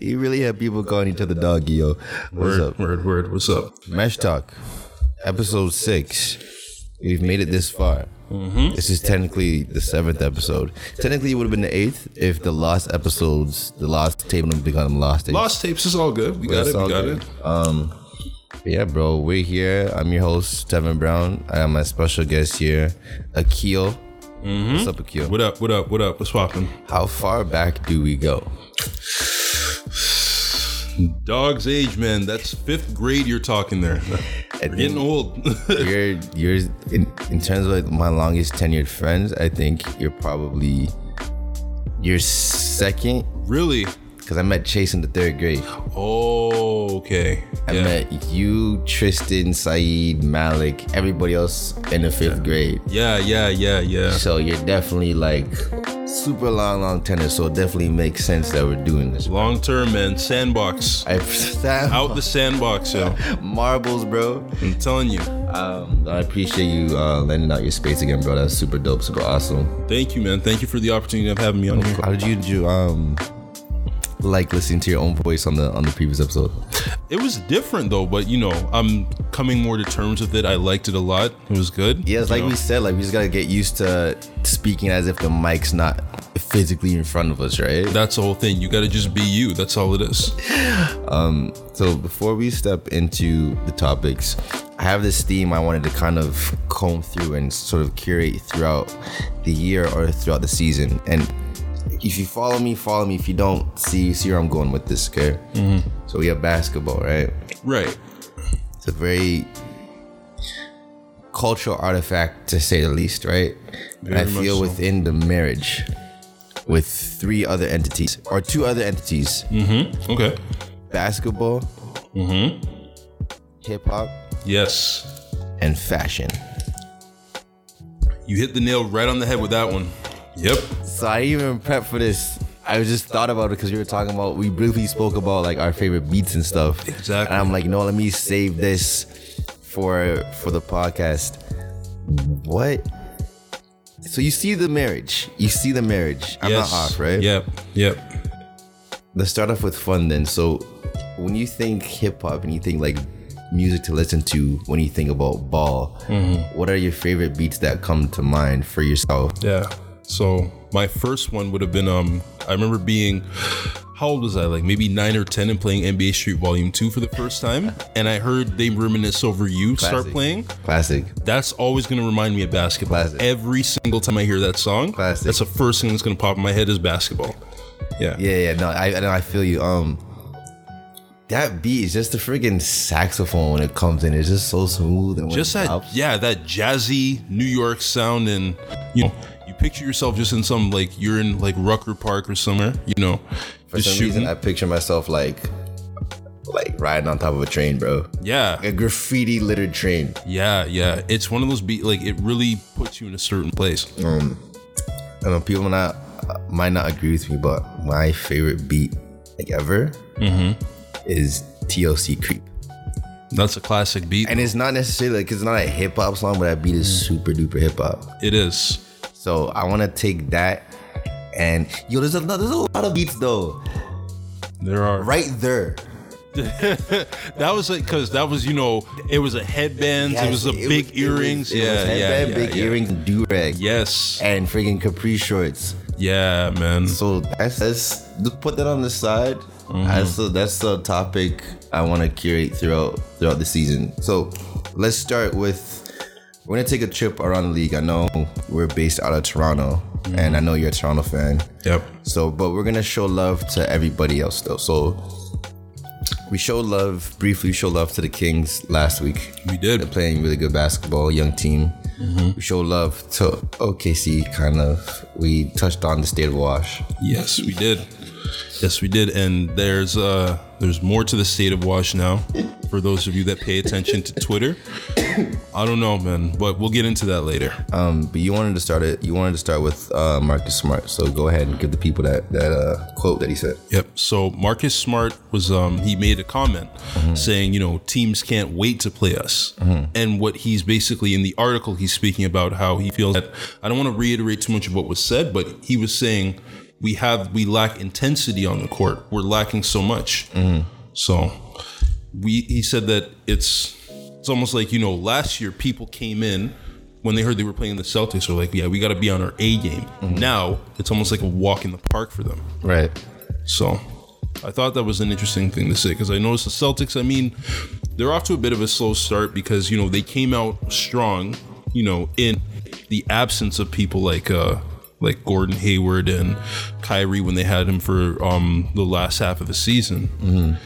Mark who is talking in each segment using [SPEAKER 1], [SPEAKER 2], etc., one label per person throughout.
[SPEAKER 1] you really have people calling each other doggy, yo. What's
[SPEAKER 2] word,
[SPEAKER 1] up?
[SPEAKER 2] word, word. What's up?
[SPEAKER 1] Mesh Talk, episode six. We've made it this far.
[SPEAKER 2] Mm-hmm.
[SPEAKER 1] This is technically the seventh episode. Technically, it would have been the eighth if the last episodes, the last table number become lost. Tapes.
[SPEAKER 2] Lost tapes is all good. We got
[SPEAKER 1] That's
[SPEAKER 2] it. We
[SPEAKER 1] all
[SPEAKER 2] got
[SPEAKER 1] good. Um,
[SPEAKER 2] it.
[SPEAKER 1] Yeah, bro, we're here. I'm your host, Tevin Brown. I have my special guest here, Akil. What's up, Akil?
[SPEAKER 2] Mm-hmm. What up? What up? What up? What's poppin'?
[SPEAKER 1] How far back do we go?
[SPEAKER 2] Dog's age, man. That's fifth grade. You're talking there. We're getting old.
[SPEAKER 1] you're you're in, in terms of like my longest tenured friends, I think you're probably you're second
[SPEAKER 2] really?
[SPEAKER 1] because I met Chase in the third grade.
[SPEAKER 2] Oh, okay.
[SPEAKER 1] I
[SPEAKER 2] yeah.
[SPEAKER 1] met you, Tristan, Saeed, Malik, everybody else in the fifth grade.
[SPEAKER 2] yeah, yeah, yeah, yeah.
[SPEAKER 1] So you're definitely like super long, long tenure. So it definitely makes sense that we're doing this.
[SPEAKER 2] Long term, man. Sandbox.
[SPEAKER 1] I that
[SPEAKER 2] Out the sandbox, yo.
[SPEAKER 1] marbles, bro.
[SPEAKER 2] I'm telling you.
[SPEAKER 1] Um, I appreciate you uh, lending out your space again, bro. That's super dope, super awesome.
[SPEAKER 2] Thank you, man. Thank you for the opportunity of having me on here.
[SPEAKER 1] How did you do? Um, like listening to your own voice on the on the previous episode.
[SPEAKER 2] It was different though, but you know, I'm coming more to terms with it. I liked it a lot. It was good.
[SPEAKER 1] Yeah, it's
[SPEAKER 2] You
[SPEAKER 1] like
[SPEAKER 2] know?
[SPEAKER 1] we said, like we just gotta get used to speaking as if the mic's not physically in front of us, right?
[SPEAKER 2] That's the whole thing. You got to just be you. That's all it is.
[SPEAKER 1] So before we step into the topics, I have this theme I wanted to kind of comb through and sort of curate throughout the year or throughout the season. And if you follow me, follow me. If you don't, see see where I'm going with this, okay? So we have basketball, right?
[SPEAKER 2] Right.
[SPEAKER 1] It's a very cultural artifact to say the least, right? and
[SPEAKER 2] Very
[SPEAKER 1] I
[SPEAKER 2] much
[SPEAKER 1] feel
[SPEAKER 2] so.
[SPEAKER 1] within the marriage with three other entities or two other entities:
[SPEAKER 2] Mm. Okay.
[SPEAKER 1] basketball,
[SPEAKER 2] Mm-hmm.
[SPEAKER 1] hip hop,
[SPEAKER 2] Yes.
[SPEAKER 1] and fashion.
[SPEAKER 2] You hit the nail right on the head with that one. Yep.
[SPEAKER 1] So I didn't even prep for this. I was just thought about it because we were talking about we briefly spoke about like our favorite beats and stuff.
[SPEAKER 2] Exactly.
[SPEAKER 1] And I'm like, no, let me save this for for the podcast. What? So you see the marriage. You see the marriage. I'm
[SPEAKER 2] yes.
[SPEAKER 1] not off, right?
[SPEAKER 2] Yep. Yep.
[SPEAKER 1] Let's start off with fun then. So when you think hip hop and you think like music to listen to when you think about ball,
[SPEAKER 2] Mm-hmm.
[SPEAKER 1] what are your favorite beats that come to mind for yourself?
[SPEAKER 2] Yeah. So my first one would have been um I remember being how old was I? Like maybe nine or ten and playing NBA Street Volume 2 for the first time. And I heard they reminisce over you start
[SPEAKER 1] Classic.
[SPEAKER 2] playing.
[SPEAKER 1] Classic.
[SPEAKER 2] That's always gonna remind me of basketball.
[SPEAKER 1] Classic.
[SPEAKER 2] Every single time I hear that song,
[SPEAKER 1] Classic.
[SPEAKER 2] that's the first thing that's gonna pop in my head is basketball. Yeah.
[SPEAKER 1] Yeah, yeah, no, I, I know, I feel you. Um, that beat is just the freaking saxophone when it comes in. It's just so smooth and when
[SPEAKER 2] Just
[SPEAKER 1] it
[SPEAKER 2] that
[SPEAKER 1] drops.
[SPEAKER 2] yeah, that jazzy New York sound and you know, you picture yourself just in some like you're in like Rucker Park or somewhere, you know.
[SPEAKER 1] For
[SPEAKER 2] just
[SPEAKER 1] some reason, I picture myself like, like riding on top of a train, bro,
[SPEAKER 2] yeah.
[SPEAKER 1] a graffiti littered train.
[SPEAKER 2] Yeah, yeah. It's one of those beat like it really puts you in a certain place.
[SPEAKER 1] I know people not might not agree with me, but my favorite beat like ever
[SPEAKER 2] Mm-hmm.
[SPEAKER 1] is TLC Creep,
[SPEAKER 2] That's a classic beat.
[SPEAKER 1] and it's not necessarily like it's not a hip hop song, but that beat is super duper hip hop.
[SPEAKER 2] It is.
[SPEAKER 1] So I want to take that, and yo, there's a there's a lot of beats though.
[SPEAKER 2] There are
[SPEAKER 1] right there.
[SPEAKER 2] that was like because that was you know it was a headbands, it was a
[SPEAKER 1] Yes,
[SPEAKER 2] big
[SPEAKER 1] was- it was-
[SPEAKER 2] earrings.
[SPEAKER 1] it was
[SPEAKER 2] yeah,
[SPEAKER 1] headband,
[SPEAKER 2] yeah, yeah,
[SPEAKER 1] big
[SPEAKER 2] yeah.
[SPEAKER 1] earrings, do rag,
[SPEAKER 2] Yes.
[SPEAKER 1] and freaking capri shorts.
[SPEAKER 2] Yeah, man.
[SPEAKER 1] So that's, that's just put that on the side.
[SPEAKER 2] Mm-hmm.
[SPEAKER 1] That's the that's the topic I want to curate throughout throughout the season. So let's start with. We're gonna take a trip around the league. I know we're based out of Toronto,
[SPEAKER 2] Mm-hmm.
[SPEAKER 1] and I know you're a Toronto fan.
[SPEAKER 2] Yep.
[SPEAKER 1] So, but we're gonna show love to everybody else though. So, we show love briefly. Show love to the Kings last week.
[SPEAKER 2] We did.
[SPEAKER 1] They're playing really good basketball, young team. We show love to OKC. Kind of. We touched on the state of Wash.
[SPEAKER 2] Yes, we did. Yes, we did. And there's uh there's more to the state of wash now. For those of you that pay attention to Twitter, I don't know, man, but we'll get into that later.
[SPEAKER 1] Um, but you wanted to start it. You wanted to start with uh, Marcus Smart. So go ahead and give the people that that uh, quote that he said.
[SPEAKER 2] Yep. So Marcus Smart was um he made a comment saying, you know, teams can't wait to play us. And what he's basically in the article he's speaking about how he feels that I don't want to reiterate too much of what was said, but he was saying we have we lack intensity on the court. We're lacking so much. So we he said that it's it's almost like you know last year people came in when they heard they were playing the Celtics were like yeah we got to be on our A game. Now it's almost like a walk in the park for them.
[SPEAKER 1] Right.
[SPEAKER 2] So I thought that was an interesting thing to say because I noticed the Celtics, I mean, they're off to a bit of a slow start because, you know, they came out strong, you know, in the absence of people like uh like Gordon Hayward and Kyrie when they had him for um the last half of the season.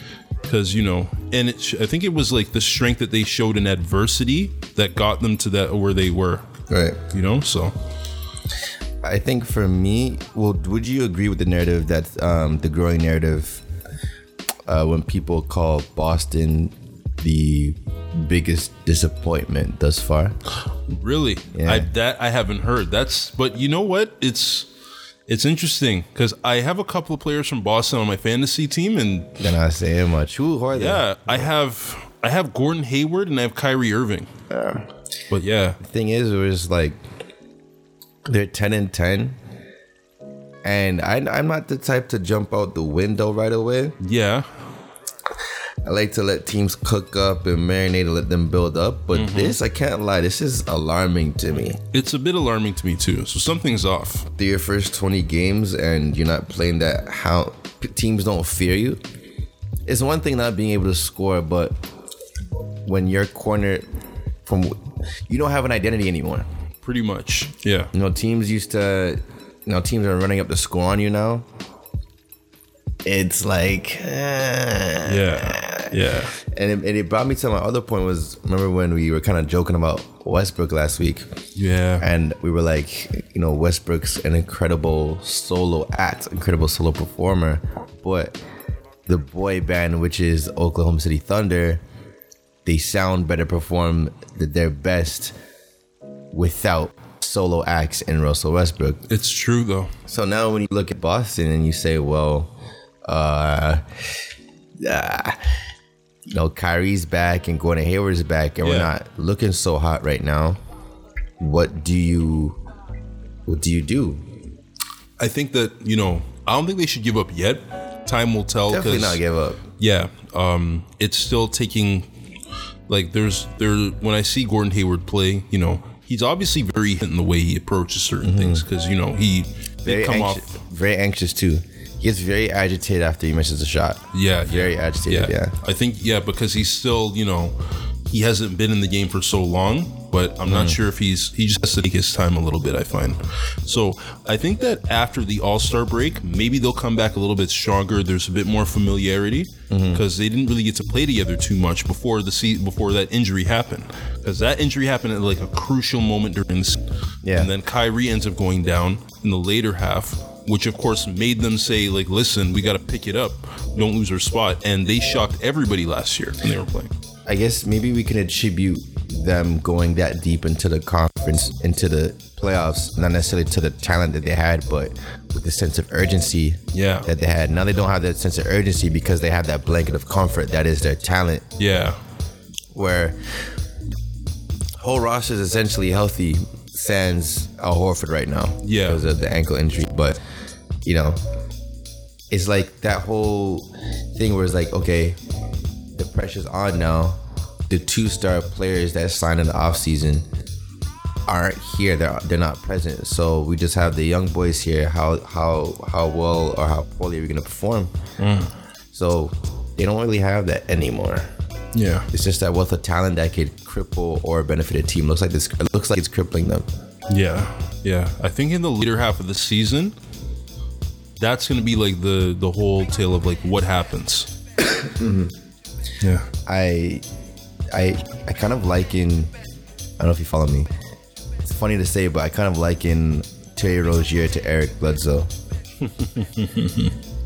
[SPEAKER 2] Because you know, and it, sh- I think it was like the strength that they showed in adversity that got them to that where they were.
[SPEAKER 1] Right.
[SPEAKER 2] You know, so
[SPEAKER 1] I think for me, well, would you agree with the narrative that um, the growing narrative uh, when people call Boston the biggest disappointment thus far?
[SPEAKER 2] Really?
[SPEAKER 1] Yeah.
[SPEAKER 2] I that I haven't heard. That's but you know what? It's it's interesting because I have a couple of players from Boston on my fantasy team, and
[SPEAKER 1] Then I say much. Who are they?
[SPEAKER 2] yeah, I have I have Gordon Hayward and I have Kyrie Irving. But yeah,
[SPEAKER 1] thing is, it was like they're 10 and 10. And I, I'm not the type to jump out the window right away.
[SPEAKER 2] yeah,
[SPEAKER 1] I like to let teams cook up and marinate and let them build up. But this, I can't lie, this is alarming to me.
[SPEAKER 2] it's a bit alarming to me too. So something's off.
[SPEAKER 1] Through your first 20 games and you're not playing that, how p- teams don't fear you. It's one thing not being able to score, but when you're cornered from, you don't have an identity anymore.
[SPEAKER 2] Pretty much. Yeah.
[SPEAKER 1] You know, teams used to. You know, teams are running up the score on you now. It's like, eh.
[SPEAKER 2] Yeah. Yeah.
[SPEAKER 1] and it, and it brought me to my other point was remember when we were kind of joking about Westbrook last week,
[SPEAKER 2] Yeah.
[SPEAKER 1] and we were like, you know, Westbrook's an incredible solo act, incredible solo performer, but the boy band, which is Oklahoma City Thunder, they sound better, perform th- their best without solo acts and Russell Westbrook.
[SPEAKER 2] It's true though.
[SPEAKER 1] So now when you look at Boston and you say, well, uh, ah, you know, Kyrie's back and Gordon Hayward's back, and we're
[SPEAKER 2] Yeah.
[SPEAKER 1] not looking so hot right now. What do you, what do you do?
[SPEAKER 2] I think that you know I don't think they should give up yet. Time will tell.
[SPEAKER 1] Definitely
[SPEAKER 2] 'cause-
[SPEAKER 1] not give up.
[SPEAKER 2] yeah um it's still taking like there's there when i see gordon hayward play you know he's obviously very hit in the way he approaches certain things 'cause things because you know he they
[SPEAKER 1] Mm-hmm. Very
[SPEAKER 2] come
[SPEAKER 1] anxious,
[SPEAKER 2] off
[SPEAKER 1] very anxious too. He gets very agitated after he misses a shot.
[SPEAKER 2] yeah
[SPEAKER 1] Very
[SPEAKER 2] yeah,
[SPEAKER 1] agitated. Yeah.
[SPEAKER 2] i think yeah because he's still you know he hasn't been in the game for so long but i'm not sure if he's he just has to take his time a little bit i find so i think that after the all-star break maybe they'll come back a little bit stronger there's a bit more familiarity because they didn't really get to play together too much before the se- before that injury happened because that injury happened at like a crucial moment during the season
[SPEAKER 1] Yeah.
[SPEAKER 2] and then Kyrie ends up going down in the later half, which of course made them say, like, listen, we got to pick it up. Don't lose our spot. And they shocked everybody last year when they were playing.
[SPEAKER 1] I guess maybe we can attribute them going that deep into the conference, into the playoffs, not necessarily to the talent that they had, but with the sense of urgency
[SPEAKER 2] Yeah.
[SPEAKER 1] that they had. Now they don't have that sense of urgency because they have that blanket of comfort that is their talent,
[SPEAKER 2] Yeah.
[SPEAKER 1] where whole roster is essentially healthy, sans Al Horford right now
[SPEAKER 2] Yeah.
[SPEAKER 1] because of the ankle injury. But you know, it's like that whole thing where it's like, okay, the pressure's on now. The two star players that signed in the offseason aren't here. They're they're not present. So we just have the young boys here. How how how well or how poorly are we gonna perform? So they don't really have that anymore.
[SPEAKER 2] Yeah.
[SPEAKER 1] It's just that wealth of talent that could cripple or benefit a team. Looks like this. It looks like it's crippling them.
[SPEAKER 2] Yeah. Yeah. I think in the later half of the season, that's going to be like the, the whole tale of like what happens. Yeah.
[SPEAKER 1] I, I, I kind of liken. I don't know if you follow me. It's funny to say, but I kind of liken Terry Rozier to Eric Bledsoe.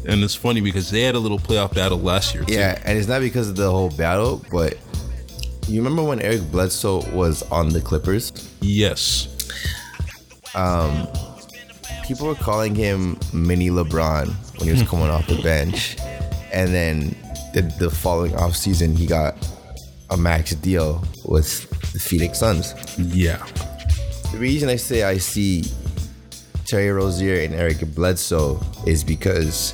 [SPEAKER 2] And it's funny because they had a little playoff battle last year. too.
[SPEAKER 1] Yeah, and it's not because of the whole battle, but you remember when Eric Bledsoe was on the Clippers?
[SPEAKER 2] Yes.
[SPEAKER 1] People were calling him mini LeBron when he was coming off the bench, and then the, the following off season he got a max deal with the Phoenix Suns.
[SPEAKER 2] Yeah.
[SPEAKER 1] The reason I say I see Terry Rozier and Eric Bledsoe is because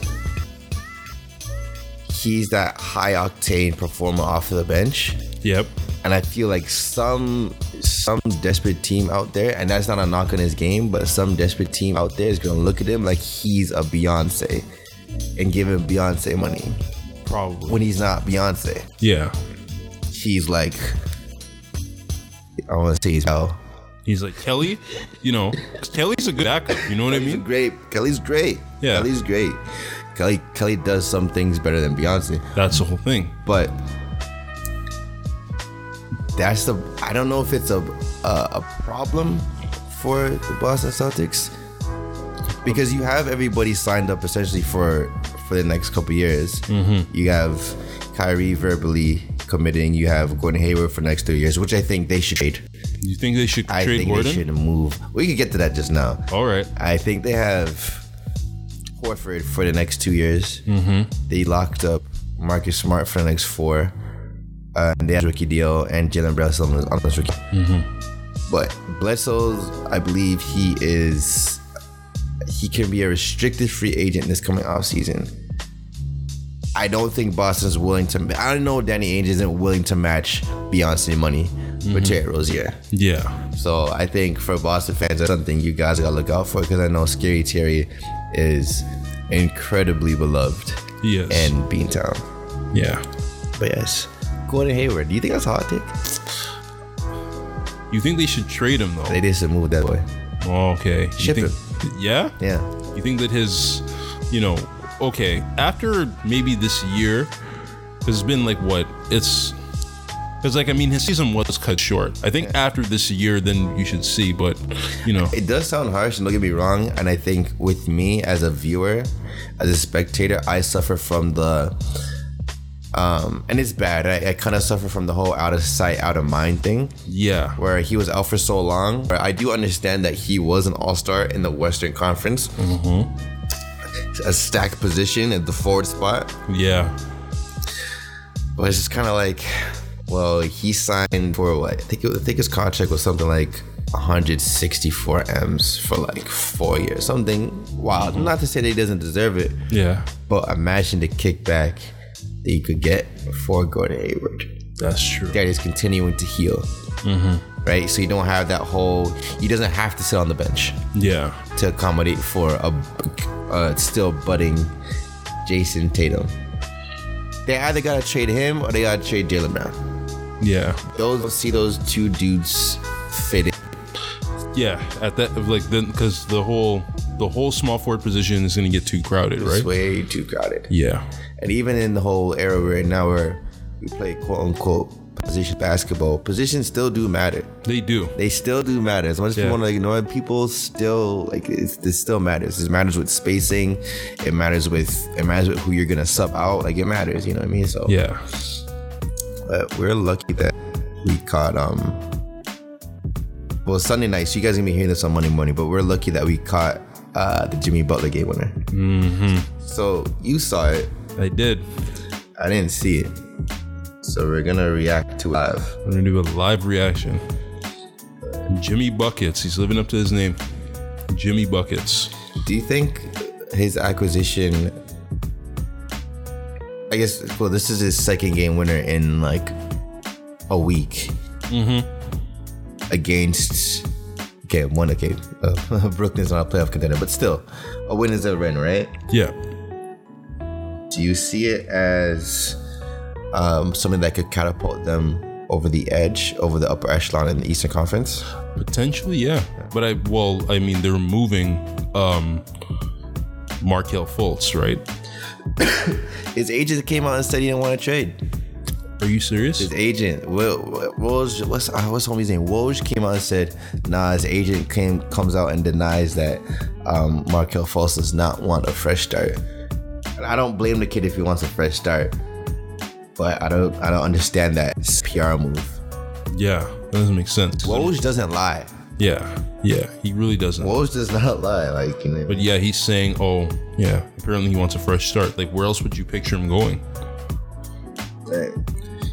[SPEAKER 1] he's that high octane performer off of the bench.
[SPEAKER 2] Yep.
[SPEAKER 1] And I feel like some some desperate team out there, and that's not a knock on his game, but some desperate team out there is gonna look at him like he's a Beyonce and give him Beyonce money.
[SPEAKER 2] Probably.
[SPEAKER 1] When he's not Beyonce.
[SPEAKER 2] yeah.
[SPEAKER 1] He's like I wanna say he's hell.
[SPEAKER 2] He's like Kelly, you know, 'cause Kelly's a good actor. You know what I mean?
[SPEAKER 1] Great. Kelly's great.
[SPEAKER 2] Yeah.
[SPEAKER 1] Kelly's great. Kelly Kelly does some things better than Beyonce.
[SPEAKER 2] That's the whole thing.
[SPEAKER 1] but that's the I don't know if it's a a, a problem for the Boston Celtics because you have everybody signed up essentially for for the next couple years.
[SPEAKER 2] Mm-hmm.
[SPEAKER 1] You have Kyrie verbally committing. You have Gordon Hayward for the next three years, which I think they should trade.
[SPEAKER 2] You think they should
[SPEAKER 1] I
[SPEAKER 2] trade
[SPEAKER 1] think they
[SPEAKER 2] Gordon?
[SPEAKER 1] should move. We could get to that just now.
[SPEAKER 2] All right.
[SPEAKER 1] I think they have Horford for the next two years. Mm-hmm. They locked up Marcus Smart for the next four. Uh, and they have rookie deal and Jalen Brunson on on this rookie. But Bledsoe's, I believe he is, he can be a restricted free agent this coming offseason. I don't think Boston's willing to. I don't know Danny Ainge isn't willing to match Beyonce money for Terry Rozier.
[SPEAKER 2] Yeah.
[SPEAKER 1] So I think for Boston fans, that's something you guys gotta look out for because I know Scary Terry is incredibly beloved
[SPEAKER 2] Yes.
[SPEAKER 1] in Beantown.
[SPEAKER 2] yeah.
[SPEAKER 1] But yes, Gordon Hayward, do you think that's a hot take?
[SPEAKER 2] You think they should trade him though?
[SPEAKER 1] They just moved that way.
[SPEAKER 2] Oh, okay.
[SPEAKER 1] Ship
[SPEAKER 2] you
[SPEAKER 1] him.
[SPEAKER 2] think, Yeah?
[SPEAKER 1] Yeah,
[SPEAKER 2] You think that his, you know, okay, after maybe this year, has been like what? It's because like I mean his season was cut short. I think after this year, then you should see. But you know,
[SPEAKER 1] it does sound harsh, and don't get me wrong. And I think with me as a viewer, as a spectator, I suffer from the. Um, and it's bad. I, I kind of suffer from the whole out of sight, out of mind thing.
[SPEAKER 2] yeah,
[SPEAKER 1] where he was out for so long. But I do understand that he was an all star in the Western Conference, a stacked position at the forward spot.
[SPEAKER 2] yeah,
[SPEAKER 1] But it's just kind of like, well, he signed for what? I think, it, I think his contract was something like 164 M's for like four years, something wild. Not to say that he doesn't deserve it,
[SPEAKER 2] yeah.
[SPEAKER 1] but imagine the kickback that you could get for Gordon Hayward.
[SPEAKER 2] That's true.
[SPEAKER 1] that is continuing to heal. Right? So you don't have that whole, he doesn't have to sit on the bench
[SPEAKER 2] Yeah,
[SPEAKER 1] to accommodate for a, a still budding Jason Tatum. They either got to trade him or they got to trade Jalen Brown.
[SPEAKER 2] yeah,
[SPEAKER 1] Those see those two dudes fit in.
[SPEAKER 2] yeah. At that, like then, because the whole the whole small forward position is going to get too crowded, right?
[SPEAKER 1] It's way too crowded.
[SPEAKER 2] Yeah,
[SPEAKER 1] And even in the whole era we're in now where we play quote unquote position basketball, positions still do matter.
[SPEAKER 2] they do.
[SPEAKER 1] they still do matter. As much as
[SPEAKER 2] Yeah.
[SPEAKER 1] people want to ignore it, people still like it's, this still matters. It matters with spacing, it matters with it matters with who you're gonna sub out. Like it matters, you know what I mean? So
[SPEAKER 2] Yeah,
[SPEAKER 1] but we're lucky that we caught um well Sunday night, so you guys gonna be hearing this on Monday morning, but we're lucky that we caught uh the Jimmy Butler game winner. Mm-hmm. So you saw it,
[SPEAKER 2] I did.
[SPEAKER 1] I didn't see it. So we're gonna react to it live.
[SPEAKER 2] We're gonna do a live reaction. Jimmy Buckets. He's living up to his name. Jimmy Buckets.
[SPEAKER 1] Do you think his acquisition? I guess. Well, this is his second game winner in like a week. Mm-hmm. Against okay, one okay, uh, Brooklyn's not a playoff contender, but still, a win is a win, right?
[SPEAKER 2] Yeah.
[SPEAKER 1] Do you see it as um, something that could catapult them over the edge, over the upper echelon in the Eastern Conference?
[SPEAKER 2] Potentially, yeah. But I well, I mean, they're moving um Markel Fultz, right?
[SPEAKER 1] His agent came out and said he didn't want to trade.
[SPEAKER 2] Are you serious?
[SPEAKER 1] his agent Wo- Wo- Woj, what's uh, what's homie's name? Woj came out and said, "Nah." His agent came comes out and denies that um, Markel Fultz does not want a fresh start. And I don't blame the kid if he wants a fresh start, but I don't I don't understand that PR move.
[SPEAKER 2] Yeah. That doesn't make sense.
[SPEAKER 1] Woj doesn't lie.
[SPEAKER 2] Yeah. Yeah. He really doesn't.
[SPEAKER 1] Woj does not lie. Like you know,
[SPEAKER 2] But yeah, he's saying, oh, yeah, apparently he wants a fresh start. Like, where else would you picture him going?
[SPEAKER 1] Hey,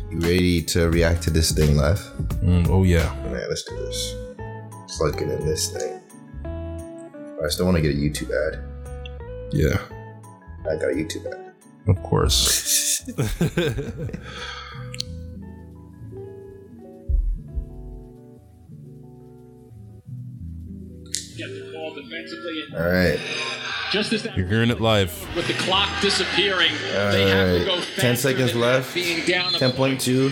[SPEAKER 1] you ready to react to this thing live?
[SPEAKER 2] Mm, oh, yeah.
[SPEAKER 1] Man, let's do this. Let's look at this thing. But I still want to get a YouTube ad.
[SPEAKER 2] Yeah,
[SPEAKER 1] I got a YouTube ad.
[SPEAKER 2] of course.
[SPEAKER 3] Get the ball defensively. And
[SPEAKER 1] All right.
[SPEAKER 3] just as that,
[SPEAKER 2] You're hearing it live.
[SPEAKER 3] with the clock disappearing,
[SPEAKER 1] All
[SPEAKER 3] they have
[SPEAKER 1] right.
[SPEAKER 3] to go
[SPEAKER 1] Ten
[SPEAKER 3] faster
[SPEAKER 1] seconds
[SPEAKER 3] than
[SPEAKER 1] left.
[SPEAKER 3] Being down a
[SPEAKER 1] Ten point two.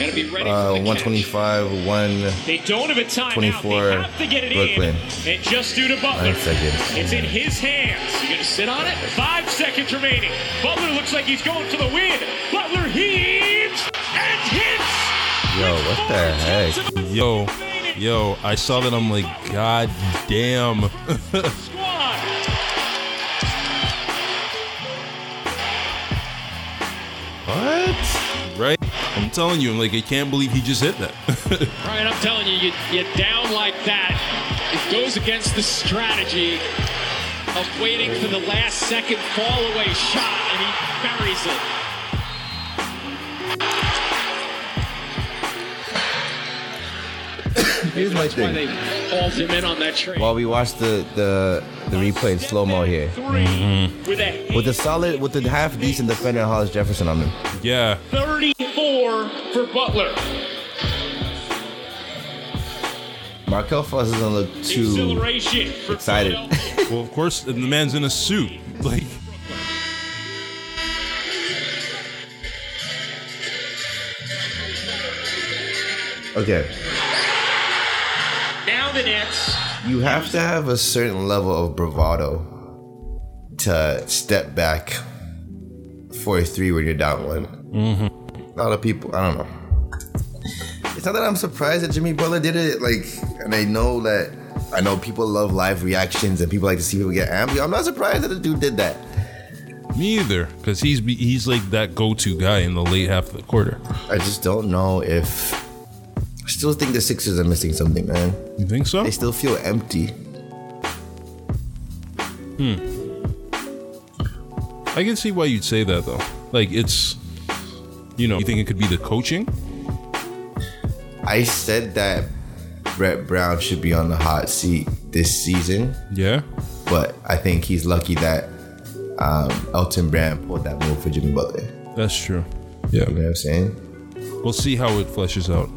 [SPEAKER 3] Gotta be ready
[SPEAKER 1] Uh,
[SPEAKER 3] for the
[SPEAKER 1] one
[SPEAKER 3] catch.
[SPEAKER 1] twenty-five. One.
[SPEAKER 3] They don't have a timeout.
[SPEAKER 1] 24,
[SPEAKER 3] They have to get it
[SPEAKER 1] Brooklyn.
[SPEAKER 3] in. And just due to Butler.
[SPEAKER 1] Nine seconds.
[SPEAKER 3] It's in his hands. You gonna sit on it? Five seconds remaining. Butler looks like he's going for the win. Butler heaves and hits.
[SPEAKER 1] Yo,
[SPEAKER 3] With
[SPEAKER 1] what
[SPEAKER 3] four
[SPEAKER 1] the
[SPEAKER 3] tenths
[SPEAKER 1] heck?
[SPEAKER 3] of a
[SPEAKER 2] Yo,
[SPEAKER 3] remaining.
[SPEAKER 2] yo, I saw that. I'm like, God damn.
[SPEAKER 3] Squad.
[SPEAKER 2] What? Right? I'm telling you, I'm like, I can't believe he just hit that.
[SPEAKER 3] Brian, I'm telling you, you, you're down like that. It goes against the strategy of waiting for the last second fall away shot, and he buries it.
[SPEAKER 1] Here's my
[SPEAKER 3] That's why they
[SPEAKER 1] thing.
[SPEAKER 3] hauled him in on that trade.
[SPEAKER 1] While we watch the the the replay in slow mo here,
[SPEAKER 3] 3 with a
[SPEAKER 1] with a solid, with a half decent defender, Hollis Jefferson on him.
[SPEAKER 2] yeah.
[SPEAKER 3] 34 for Butler.
[SPEAKER 1] Markel Foss doesn't look too.
[SPEAKER 3] Acceleration for
[SPEAKER 1] excited.
[SPEAKER 3] Philadelphia.
[SPEAKER 2] Well, of course, the man's in a suit. Like,
[SPEAKER 1] Okay.
[SPEAKER 3] now the Nets.
[SPEAKER 1] You have to have a certain level of bravado to step back for a three when you're down one. A lot of people, I don't know. It's not that I'm surprised that Jimmy Butler did it, like, and I know that I know people love live reactions and people like to see people get ambly. I'm not surprised that the dude did that.
[SPEAKER 2] me either, because he's be- he's like that go-to guy in the late half of the quarter.
[SPEAKER 1] I just don't know if. I still think the Sixers are missing something, man.
[SPEAKER 2] You think so?
[SPEAKER 1] They still feel empty.
[SPEAKER 2] I can see why you'd say that though. Like, it's, you know, you think it could be the coaching?
[SPEAKER 1] I said that Brett Brown should be on the hot seat this season,
[SPEAKER 2] Yeah.
[SPEAKER 1] but I think he's lucky that um, Elton Brand pulled that move for Jimmy Butler.
[SPEAKER 2] That's true. Yeah.
[SPEAKER 1] You know what I'm saying?
[SPEAKER 2] We'll see how it fleshes out.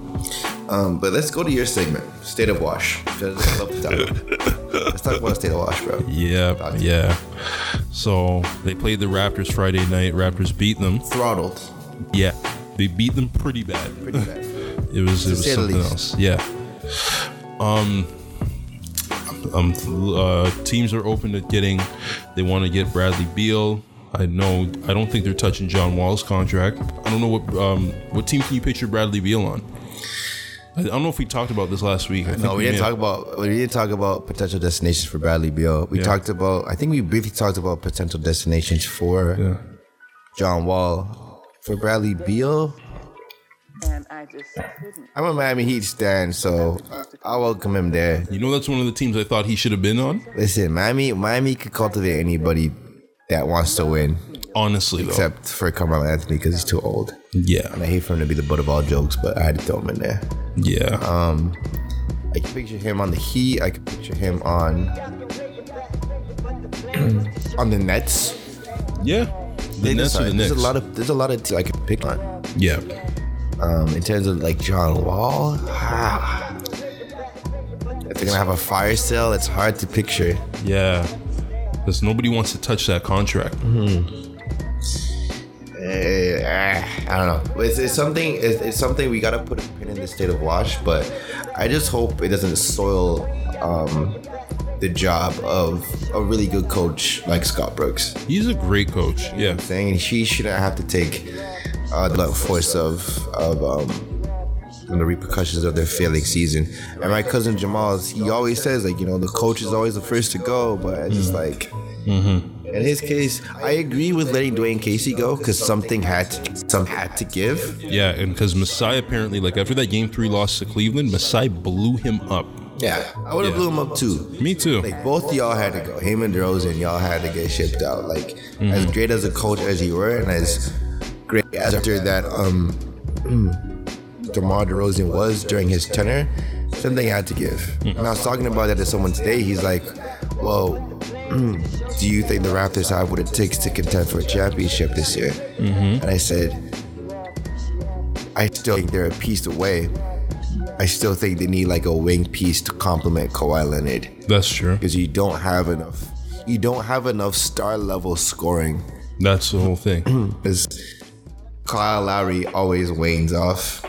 [SPEAKER 1] Um, but let's go to your segment, State of Wash. 'cause I love to talk. let's talk about State of Wash, bro.
[SPEAKER 2] Yeah. Yeah. So they played the Raptors Friday night. Raptors beat them.
[SPEAKER 1] Throttled.
[SPEAKER 2] Yeah. They beat them pretty bad.
[SPEAKER 1] Pretty bad.
[SPEAKER 2] It was it was
[SPEAKER 1] say the
[SPEAKER 2] something
[SPEAKER 1] least.
[SPEAKER 2] else. Yeah. Um, um uh, teams are open to getting they want to get Bradley Beal. I know I don't think they're touching John Wall's contract. I don't know what um what team can you picture Bradley Beal on? I I don't know if we talked about this last week. I think
[SPEAKER 1] No, we didn't
[SPEAKER 2] may
[SPEAKER 1] talk
[SPEAKER 2] have-
[SPEAKER 1] about we didn't talk about potential destinations for Bradley Beal. We
[SPEAKER 2] Yeah.
[SPEAKER 1] talked about I think we briefly talked about potential destinations for
[SPEAKER 2] Yeah.
[SPEAKER 1] John Wall. For Bradley Beal,
[SPEAKER 4] and I just couldn't.
[SPEAKER 1] I'm a Miami Heat stan, so I- I welcome him there.
[SPEAKER 2] You know, that's one of the teams I thought he should have been on.
[SPEAKER 1] Listen, Miami, Miami could cultivate anybody that wants to win,
[SPEAKER 2] Honestly, though.
[SPEAKER 1] except for Carmelo Anthony because he's too old. I
[SPEAKER 2] yeah,
[SPEAKER 1] hate for him to be the butt of all jokes, but I had to throw him in there.
[SPEAKER 2] yeah.
[SPEAKER 1] I can picture him on the Heat. I can picture him on on the Nets.
[SPEAKER 2] yeah. The Nets or the Knicks.
[SPEAKER 1] There's a lot of there's a lot of teams I could pick on.
[SPEAKER 2] yeah.
[SPEAKER 1] Um, in terms of like John Wall, ah, if they're gonna have a fire sale, it's hard to picture.
[SPEAKER 2] Yeah. Because nobody wants to touch that contract.
[SPEAKER 1] Eh, I don't know. It's, it's something. It's, it's something we gotta put a pin in the state of wash. But I just hope it doesn't soil um, the job of a really good coach like Scott Brooks.
[SPEAKER 2] He's a great coach. Yeah.
[SPEAKER 1] Saying she shouldn't have to take uh, the force of of um, and the repercussions of their failing season. And my cousin Jamal's, he always says like, you know, the coach is always the first to go. But it's just like. In his case, I agree with letting Dwayne Casey go because something had to, some had to give.
[SPEAKER 2] Yeah. And because Masai apparently, like after that game three loss to Cleveland, Masai blew him up.
[SPEAKER 1] Yeah, I would have
[SPEAKER 2] Yeah.
[SPEAKER 1] blew him up too.
[SPEAKER 2] Me too.
[SPEAKER 1] Like both y'all had to go. Him and DeRozan, y'all had to get shipped out. Like as great as a coach as you were, and as great as after that, um, DeMar DeRozan was during his tenure, something had to give. And I was talking about that to someone today. He's like, well, mm, do you think the Raptors have what it takes to contend for a championship this year? And I said, I still think they're a piece away. I still think they need like a wing piece to complement Kawhi Leonard
[SPEAKER 2] That's true.
[SPEAKER 1] because you don't have enough. You don't have enough star level scoring.
[SPEAKER 2] That's the whole thing.
[SPEAKER 1] Because Kyle Lowry always wanes off.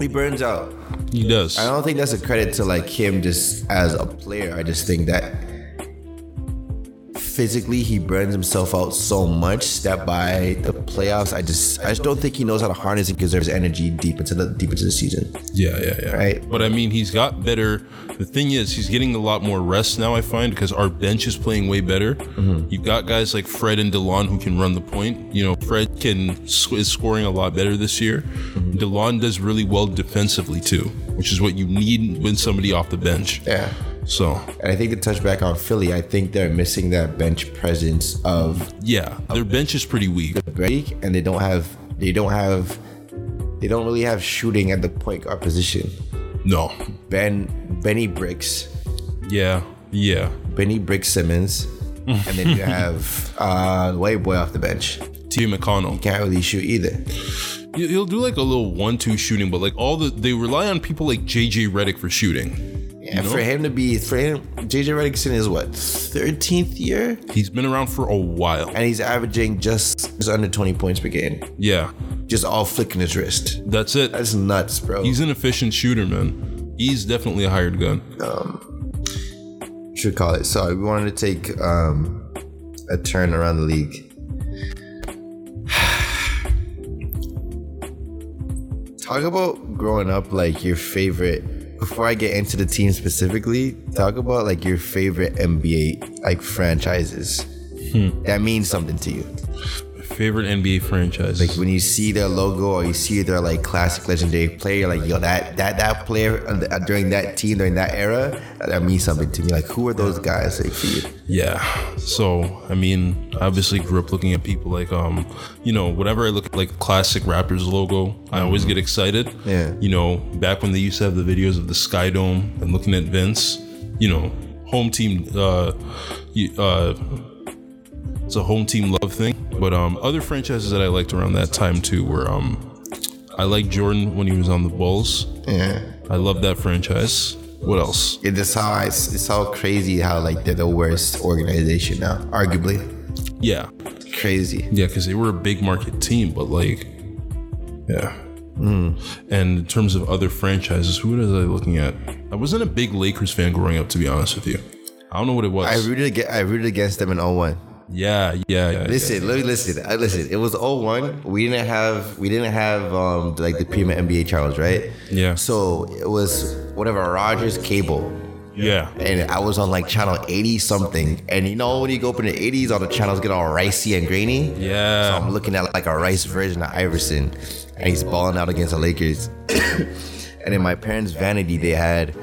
[SPEAKER 1] He burns out.
[SPEAKER 2] he does.
[SPEAKER 1] I don't think that's a credit to like him just as a player. I just think that physically he burns himself out so much that by the playoffs, I just I just don't think he knows how to harness and conserve his energy deep into the deep into the season.
[SPEAKER 2] Yeah, yeah, yeah.
[SPEAKER 1] Right.
[SPEAKER 2] But I mean, he's got better. The thing is, he's getting a lot more rest now. I find because our bench is playing way better. You've got guys like Fred and Delon who can run the point. You know, Fred can sc- is scoring a lot better this year. Delon does really well defensively too, which is what you need when somebody off the bench.
[SPEAKER 1] Yeah.
[SPEAKER 2] So
[SPEAKER 1] And I think to touch back on Philly, I think they're missing that bench presence of
[SPEAKER 2] yeah, their bench is pretty weak.
[SPEAKER 1] break and they don't have they don't have they don't really have shooting at the point guard position.
[SPEAKER 2] No.
[SPEAKER 1] Ben Benny Bricks,
[SPEAKER 2] Yeah. Yeah.
[SPEAKER 1] Benny Brick Simmons, and then you have uh the white boy off the bench.
[SPEAKER 2] T. McConnell.
[SPEAKER 1] Can't really shoot either.
[SPEAKER 2] He- He'll do like a little one-two shooting, but like all the they rely on people like JJ Redick for shooting.
[SPEAKER 1] Yeah, for him to be for him, JJ Redickson is what thirteenth year,
[SPEAKER 2] He's been around for a while.
[SPEAKER 1] and he's averaging just just under twenty points per game,
[SPEAKER 2] Yeah,
[SPEAKER 1] just all flicking his wrist.
[SPEAKER 2] that's it.
[SPEAKER 1] That's nuts, bro.
[SPEAKER 2] He's an efficient shooter, man. He's definitely a hired gun.
[SPEAKER 1] should call it. So we wanted to take um, a turn around the league. talk about growing up, like your favorite. Before I get into the team specifically, talk about like your favorite NBA like franchises. That means something to you.
[SPEAKER 2] Favorite NBA franchise.
[SPEAKER 1] Like when you see their logo or you see their like classic legendary player, you're like yo, that that that player uh, during that team during that era, that means something to me. Like who are those guys like for you?
[SPEAKER 2] yeah. So I mean, I obviously grew up looking at people like um, you know, whenever I look at like classic Raptors logo, I always get excited.
[SPEAKER 1] Yeah.
[SPEAKER 2] You know, back when they used to have the videos of the Sky Dome and looking at Vince, you know, home team uh you- uh it's a home team love thing. But um other franchises that I liked around that time too were um I liked Jordan when he was on the Bulls.
[SPEAKER 1] Yeah.
[SPEAKER 2] I love that franchise. What else?
[SPEAKER 1] It is how I, it's how crazy how like they're the worst organization now, arguably.
[SPEAKER 2] Yeah.
[SPEAKER 1] Crazy.
[SPEAKER 2] Yeah, because they were a big market team, but like, yeah.
[SPEAKER 1] Hmm.
[SPEAKER 2] And in terms of other franchises, who was I looking at? I wasn't a big Lakers fan growing up, to be honest with you. I don't know what it was.
[SPEAKER 1] I rooted against, I rooted against them in 01.
[SPEAKER 2] yeah, yeah, yeah.
[SPEAKER 1] Listen, let me listen. I listen. It was 01. We didn't have we didn't have um like the Premier NBA challenge, right?
[SPEAKER 2] Yeah.
[SPEAKER 1] So it was whatever Rogers cable.
[SPEAKER 2] yeah. yeah.
[SPEAKER 1] And I was on like channel 80 something. And you know when you go up in the 80s, all the channels get all ricey and grainy? So I'm looking at like a rice version of Iverson, and he's balling out against the Lakers. and in my parents' vanity, they had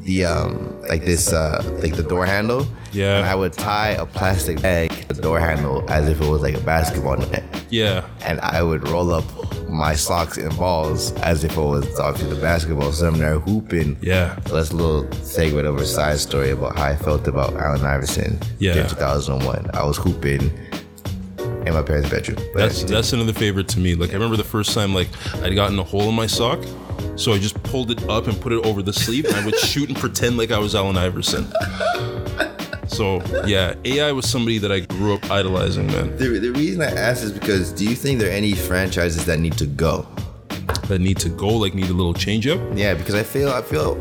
[SPEAKER 1] the um like this uh like the door handle.
[SPEAKER 2] Yeah.
[SPEAKER 1] And I would tie a plastic bag to the door handle as if it was like a basketball net,
[SPEAKER 2] yeah.
[SPEAKER 1] and I would roll up my socks and balls as if it was obviously the basketball. So I'm there hooping.
[SPEAKER 2] Yeah.
[SPEAKER 1] Let's little segue over side story about how I felt about Allen Iverson
[SPEAKER 2] Yeah.
[SPEAKER 1] in 2001. I was hooping in my parents' bedroom. But
[SPEAKER 2] That's that's another favorite to me. Like I remember the first time like I'd gotten a hole in my sock, so I just pulled it up and put it over the sleeve, and I would shoot and pretend like I was Allen Iverson. So yeah, AI was somebody that I grew up idolizing, man.
[SPEAKER 1] the, the reason I ask is because do you think there are any franchises that need to go?
[SPEAKER 2] That need to go, like need a little change up.
[SPEAKER 1] Yeah, because I feel I feel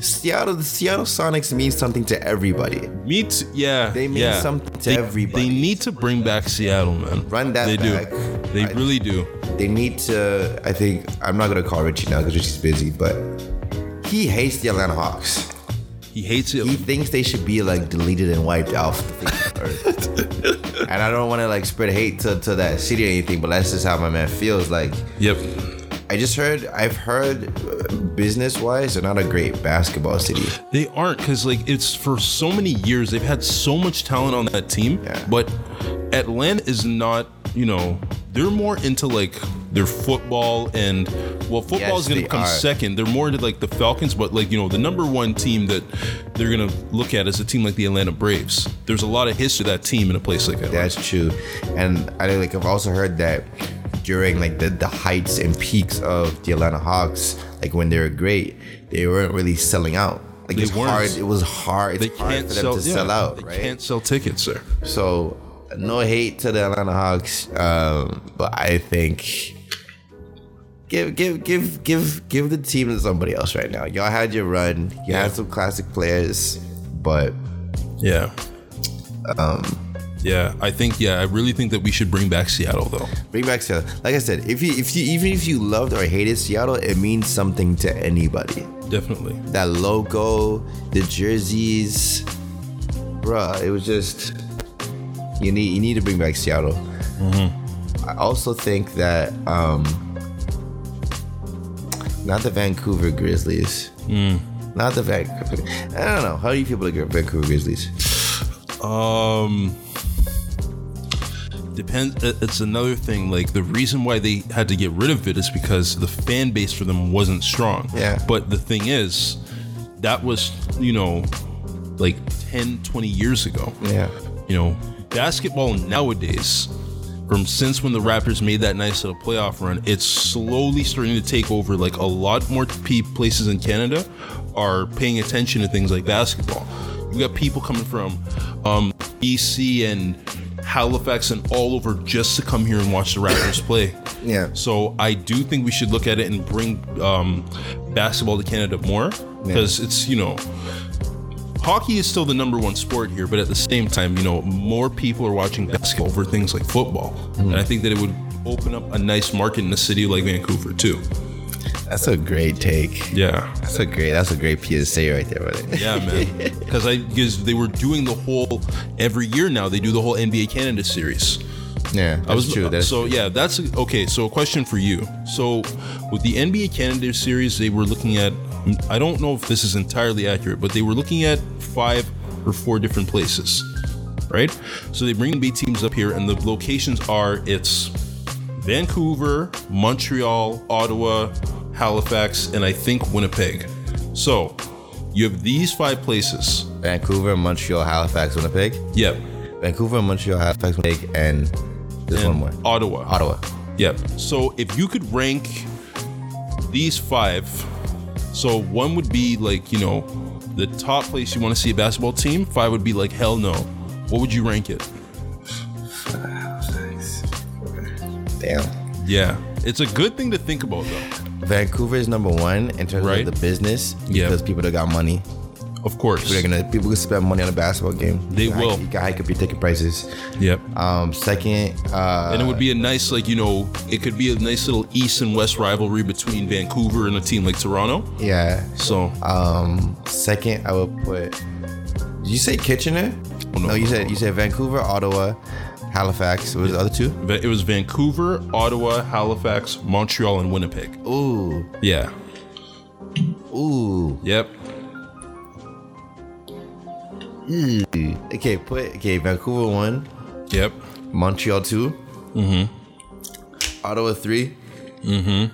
[SPEAKER 1] Seattle the Seattle Sonics means something to everybody.
[SPEAKER 2] Me too. Yeah,
[SPEAKER 1] They mean
[SPEAKER 2] yeah.
[SPEAKER 1] something to
[SPEAKER 2] They-
[SPEAKER 1] everybody.
[SPEAKER 2] They need to bring back Seattle, man.
[SPEAKER 1] Run that
[SPEAKER 2] They
[SPEAKER 1] back.
[SPEAKER 2] do. They
[SPEAKER 1] I-
[SPEAKER 2] really do.
[SPEAKER 1] They need to. I think I'm not gonna call Richie now because Richie's busy, but he hates the Atlanta Hawks.
[SPEAKER 2] He hates it.
[SPEAKER 1] he thinks they should be like deleted and wiped off the face of the earth. and I don't want to like spread hate to, to that city or anything, but that's just how my man feels. Like
[SPEAKER 2] yep.
[SPEAKER 1] I just heard, I've heard, business wise, they're not a great basketball city.
[SPEAKER 2] They aren't because like it's for so many years they've had so much talent on that team,
[SPEAKER 1] Yeah.
[SPEAKER 2] but Atlanta is not. You know, they're more into like They're football and well, football is
[SPEAKER 1] Yes,
[SPEAKER 2] going to
[SPEAKER 1] they
[SPEAKER 2] come
[SPEAKER 1] are.
[SPEAKER 2] second. They're more into like the Falcons, but like you know, the number one team that they're going to look at is a team like the Atlanta Braves. There's a lot of history to that team in a place like that.
[SPEAKER 1] That's true. And I like I've also heard that during like the, the heights and peaks of the Atlanta Hawks, like when they were great, they weren't really selling out. Like
[SPEAKER 2] They
[SPEAKER 1] it's
[SPEAKER 2] weren't.
[SPEAKER 1] hard. It was hard. It's
[SPEAKER 2] they
[SPEAKER 1] hard
[SPEAKER 2] can't
[SPEAKER 1] for them
[SPEAKER 2] sell,
[SPEAKER 1] to
[SPEAKER 2] yeah,
[SPEAKER 1] sell out,
[SPEAKER 2] They
[SPEAKER 1] right?
[SPEAKER 2] can't sell tickets, sir.
[SPEAKER 1] So no hate to the Atlanta Hawks, um, but I think give give give give give the team to somebody else right now. Y'all had your run. You had some classic players, but
[SPEAKER 2] Yeah. Um. Yeah, I think. Yeah, I really think that we should bring back Seattle though.
[SPEAKER 1] bring back Seattle. Like I said, if you if you even if you loved or hated Seattle, it means something to anybody.
[SPEAKER 2] Definitely.
[SPEAKER 1] That logo, the jerseys, bruh, it was just you need you need to bring back Seattle. I also think that um not the Vancouver Grizzlies. Not the Vancouver. I don't know. How do you feel about the Vancouver Grizzlies?
[SPEAKER 2] Um, depends. it- It's another thing. Like the reason why they had to get rid of it is because the fan base for them wasn't strong.
[SPEAKER 1] Yeah.
[SPEAKER 2] But the thing is, that was you know, like 10, 20 years ago.
[SPEAKER 1] Yeah.
[SPEAKER 2] You know, basketball nowadays. From since when the Raptors made that nice little playoff run, it's slowly starting to take over. Like a lot more pe- places in Canada are paying attention to things like basketball. You got people coming from um, BC and Halifax and all over just to come here and watch the Raptors play.
[SPEAKER 1] Yeah.
[SPEAKER 2] So I do think we should look at it and bring um, basketball to Canada more because it's you know hockey is still the number one sport here, but at the same time, you know more people are watching basketball over things like football, and I think that it would open up a nice market in a city like Vancouver too.
[SPEAKER 1] That's a great take.
[SPEAKER 2] Yeah.
[SPEAKER 1] That's a great that's a great PSA right there, buddy.
[SPEAKER 2] Yeah, man. Because I because they were doing the whole every year now they do the whole NBA Canada series.
[SPEAKER 1] Yeah. That's
[SPEAKER 2] I was
[SPEAKER 1] true. That's
[SPEAKER 2] so yeah. That's okay. So a question for you. So with the NBA Canada series, they were looking at. I don't know if this is entirely accurate, but they were looking at five or four different places, right? So they bring B teams up here, and the locations are it's Vancouver, Montreal, Ottawa, Halifax, and I think Winnipeg. So you have these five places.
[SPEAKER 1] Vancouver, Montreal, Halifax, Winnipeg.
[SPEAKER 2] Yep.
[SPEAKER 1] Vancouver, Montreal, Halifax, Winnipeg, and there's one
[SPEAKER 2] And
[SPEAKER 1] more.
[SPEAKER 2] Ottawa.
[SPEAKER 1] Ottawa.
[SPEAKER 2] Yep. So if you could rank these five, so one would be like, you know, the top place you want to see a basketball team, five would be like, hell no. What would you rank it?
[SPEAKER 1] Damn.
[SPEAKER 2] Yeah. It's a good thing to think about though.
[SPEAKER 1] Vancouver is number one in terms
[SPEAKER 2] Right.
[SPEAKER 1] of the business
[SPEAKER 2] Yeah.
[SPEAKER 1] because people that got money,
[SPEAKER 2] Of course.
[SPEAKER 1] they're gonna people can spend money on a basketball game.
[SPEAKER 2] They
[SPEAKER 1] You can
[SPEAKER 2] will.
[SPEAKER 1] hike- You can hike up your ticket prices.
[SPEAKER 2] Yep.
[SPEAKER 1] Um, second, uh,
[SPEAKER 2] and it would be a nice, like, you know, it could be a nice little East and West rivalry between Vancouver and a team like Toronto.
[SPEAKER 1] yeah.
[SPEAKER 2] So
[SPEAKER 1] Um, second, I would put. Did you say Kitchener?
[SPEAKER 2] Oh, no.
[SPEAKER 1] no, you said you said Vancouver, Ottawa, Halifax. What was the other two?
[SPEAKER 2] va- it was Vancouver, Ottawa, Halifax, Montreal, and Winnipeg.
[SPEAKER 1] Ooh,
[SPEAKER 2] Yeah.
[SPEAKER 1] ooh.
[SPEAKER 2] Yep.
[SPEAKER 1] Okay, put okay Vancouver one,
[SPEAKER 2] Yep.
[SPEAKER 1] Montreal 2 Mm-hmm. Ottawa three. Mm-hmm.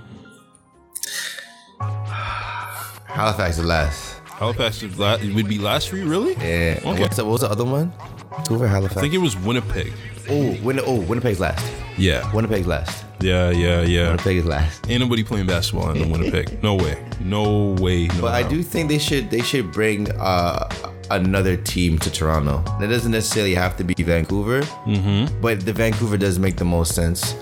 [SPEAKER 1] Halifax is last.
[SPEAKER 2] Halifax is la- would be last for you, really?
[SPEAKER 1] Yeah. And
[SPEAKER 2] Okay.
[SPEAKER 1] What's the, what was the other one? Vancouver, Halifax.
[SPEAKER 2] I think it was Winnipeg.
[SPEAKER 1] oh, Win- oh, Winnipeg's last.
[SPEAKER 2] Yeah.
[SPEAKER 1] Winnipeg's last.
[SPEAKER 2] Yeah, yeah, yeah.
[SPEAKER 1] Winnipeg is last.
[SPEAKER 2] Ain't nobody playing basketball in Winnipeg. No way. No way. No
[SPEAKER 1] But I
[SPEAKER 2] how.
[SPEAKER 1] do think they should they should bring uh, another team to Toronto. That doesn't necessarily have to be Vancouver, mm-hmm. but the Vancouver does make the most sense.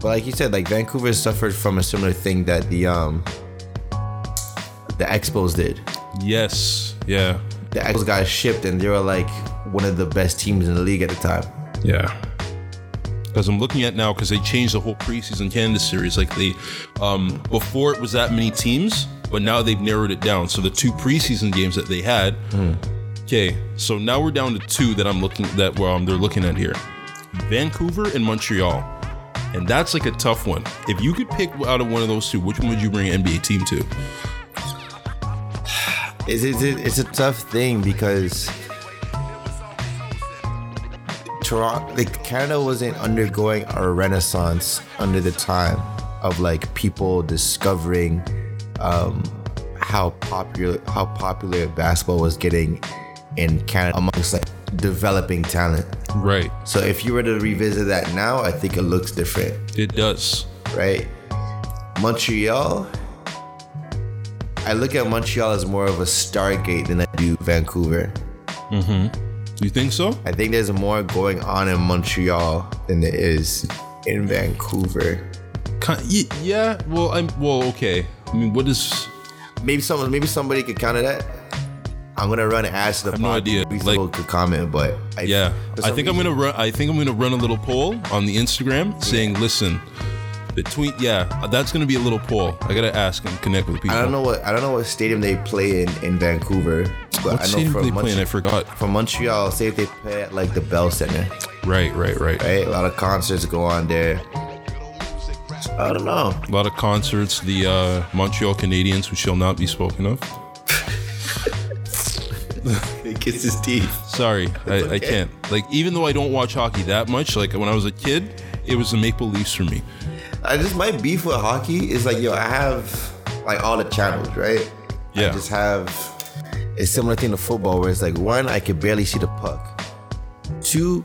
[SPEAKER 1] But like you said, like Vancouver suffered from a similar thing that the um the Expos did.
[SPEAKER 2] Yes. Yeah.
[SPEAKER 1] The Expos got shipped, and they were like one of the best teams in the league at the time.
[SPEAKER 2] Yeah. Because I'm looking at now, because they changed the whole preseason Canada series. Like they, um, before it was that many teams, but now they've narrowed it down. So the two preseason games that they had. Okay, so now we're down to two that I'm looking that um, they're looking at here, Vancouver and Montreal, and that's like a tough one. If you could pick out of one of those two, which one would you bring an NBA team to?
[SPEAKER 1] It's, it's, it's a tough thing because Toronto, like Canada wasn't undergoing a renaissance under the time of like people discovering um, how popular how popular basketball was getting in Canada amongst like developing talent.
[SPEAKER 2] Right.
[SPEAKER 1] So if you were to revisit that now, I think it looks different,
[SPEAKER 2] It does.
[SPEAKER 1] right? Montreal. I look at Montreal as more of a stargate than I do Vancouver.
[SPEAKER 2] You think so?
[SPEAKER 1] I think there's more going on in Montreal than there is in Vancouver.
[SPEAKER 2] Ki- ye- yeah. Well, I'm. Well, okay. I mean, what is?
[SPEAKER 1] Maybe someone, maybe somebody could counter that. I'm gonna run and ask the
[SPEAKER 2] no
[SPEAKER 1] pod.
[SPEAKER 2] idea.
[SPEAKER 1] Maybe
[SPEAKER 2] Like-
[SPEAKER 1] someone could comment, but I,
[SPEAKER 2] Yeah.
[SPEAKER 1] for
[SPEAKER 2] I
[SPEAKER 1] some
[SPEAKER 2] think I'm
[SPEAKER 1] reason-
[SPEAKER 2] gonna run. I think I'm gonna run a little poll on the Instagram saying, "Listen, the tweet. Yeah, that's gonna be a little poll. I gotta ask and connect with people.
[SPEAKER 1] I don't know what I don't know what stadium they play in in Vancouver, but
[SPEAKER 2] What
[SPEAKER 1] I know
[SPEAKER 2] stadium
[SPEAKER 1] from
[SPEAKER 2] they
[SPEAKER 1] Montreal,
[SPEAKER 2] playing? I forgot.
[SPEAKER 1] from Montreal, say if they play at like the Bell Center,
[SPEAKER 2] Right. Right. Right.
[SPEAKER 1] right? A lot of concerts go on there. I don't know.
[SPEAKER 2] A lot of concerts. The uh, Montreal Canadiens, who shall not be spoken of.
[SPEAKER 1] It gets his teeth.
[SPEAKER 2] Sorry, I, I can't. Like, even though I don't watch hockey that much, like when I was a kid, it was the Maple Leafs for me.
[SPEAKER 1] I just my beef with hockey is like yo, I have like all the channels, right?
[SPEAKER 2] Yeah.
[SPEAKER 1] I just have a similar thing to football where it's like one, I could barely see the puck. Two,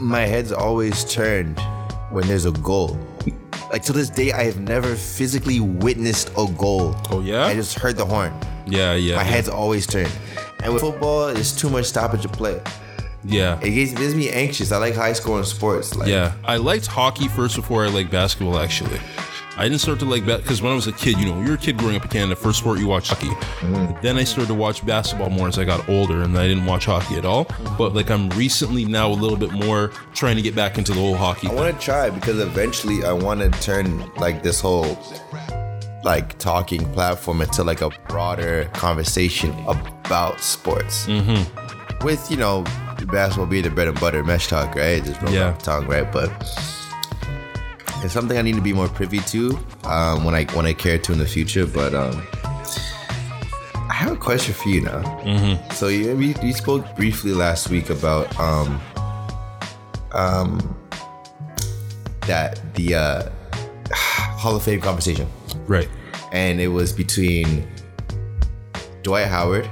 [SPEAKER 1] my head's always turned when there's a goal. Like to this day, I have never physically witnessed a goal.
[SPEAKER 2] Oh, yeah?
[SPEAKER 1] I just heard the horn.
[SPEAKER 2] Yeah, yeah,
[SPEAKER 1] My
[SPEAKER 2] yeah.
[SPEAKER 1] head's always turned. And with football, it's too much stoppage of play.
[SPEAKER 2] yeah.
[SPEAKER 1] It gets, it gets me anxious. I like high scoring sports. Like,
[SPEAKER 2] Yeah, I liked hockey first before I liked basketball. Actually, I didn't start to like that because when I was a kid, you know, you're a kid growing up in Canada. First sport you watch hockey. Then I started to watch basketball more as I got older, and I didn't watch hockey at all. But like I'm recently now a little bit more trying to get back into the whole hockey.
[SPEAKER 1] I want to try because eventually I want to turn like this whole like talking platform into like a broader conversation about sports. Mm-hmm. With you know basketball being the bread and butter mesh talk, right? Just rolling
[SPEAKER 2] Yeah.
[SPEAKER 1] off the tongue, right? But it's something I need to be more privy to um, when I when I care to in the future. But um, I have a question for you now. Mm-hmm. So you we, we spoke briefly last week about um, um, that the uh, Hall of Fame conversation,
[SPEAKER 2] Right.
[SPEAKER 1] and it was between Dwight Howard,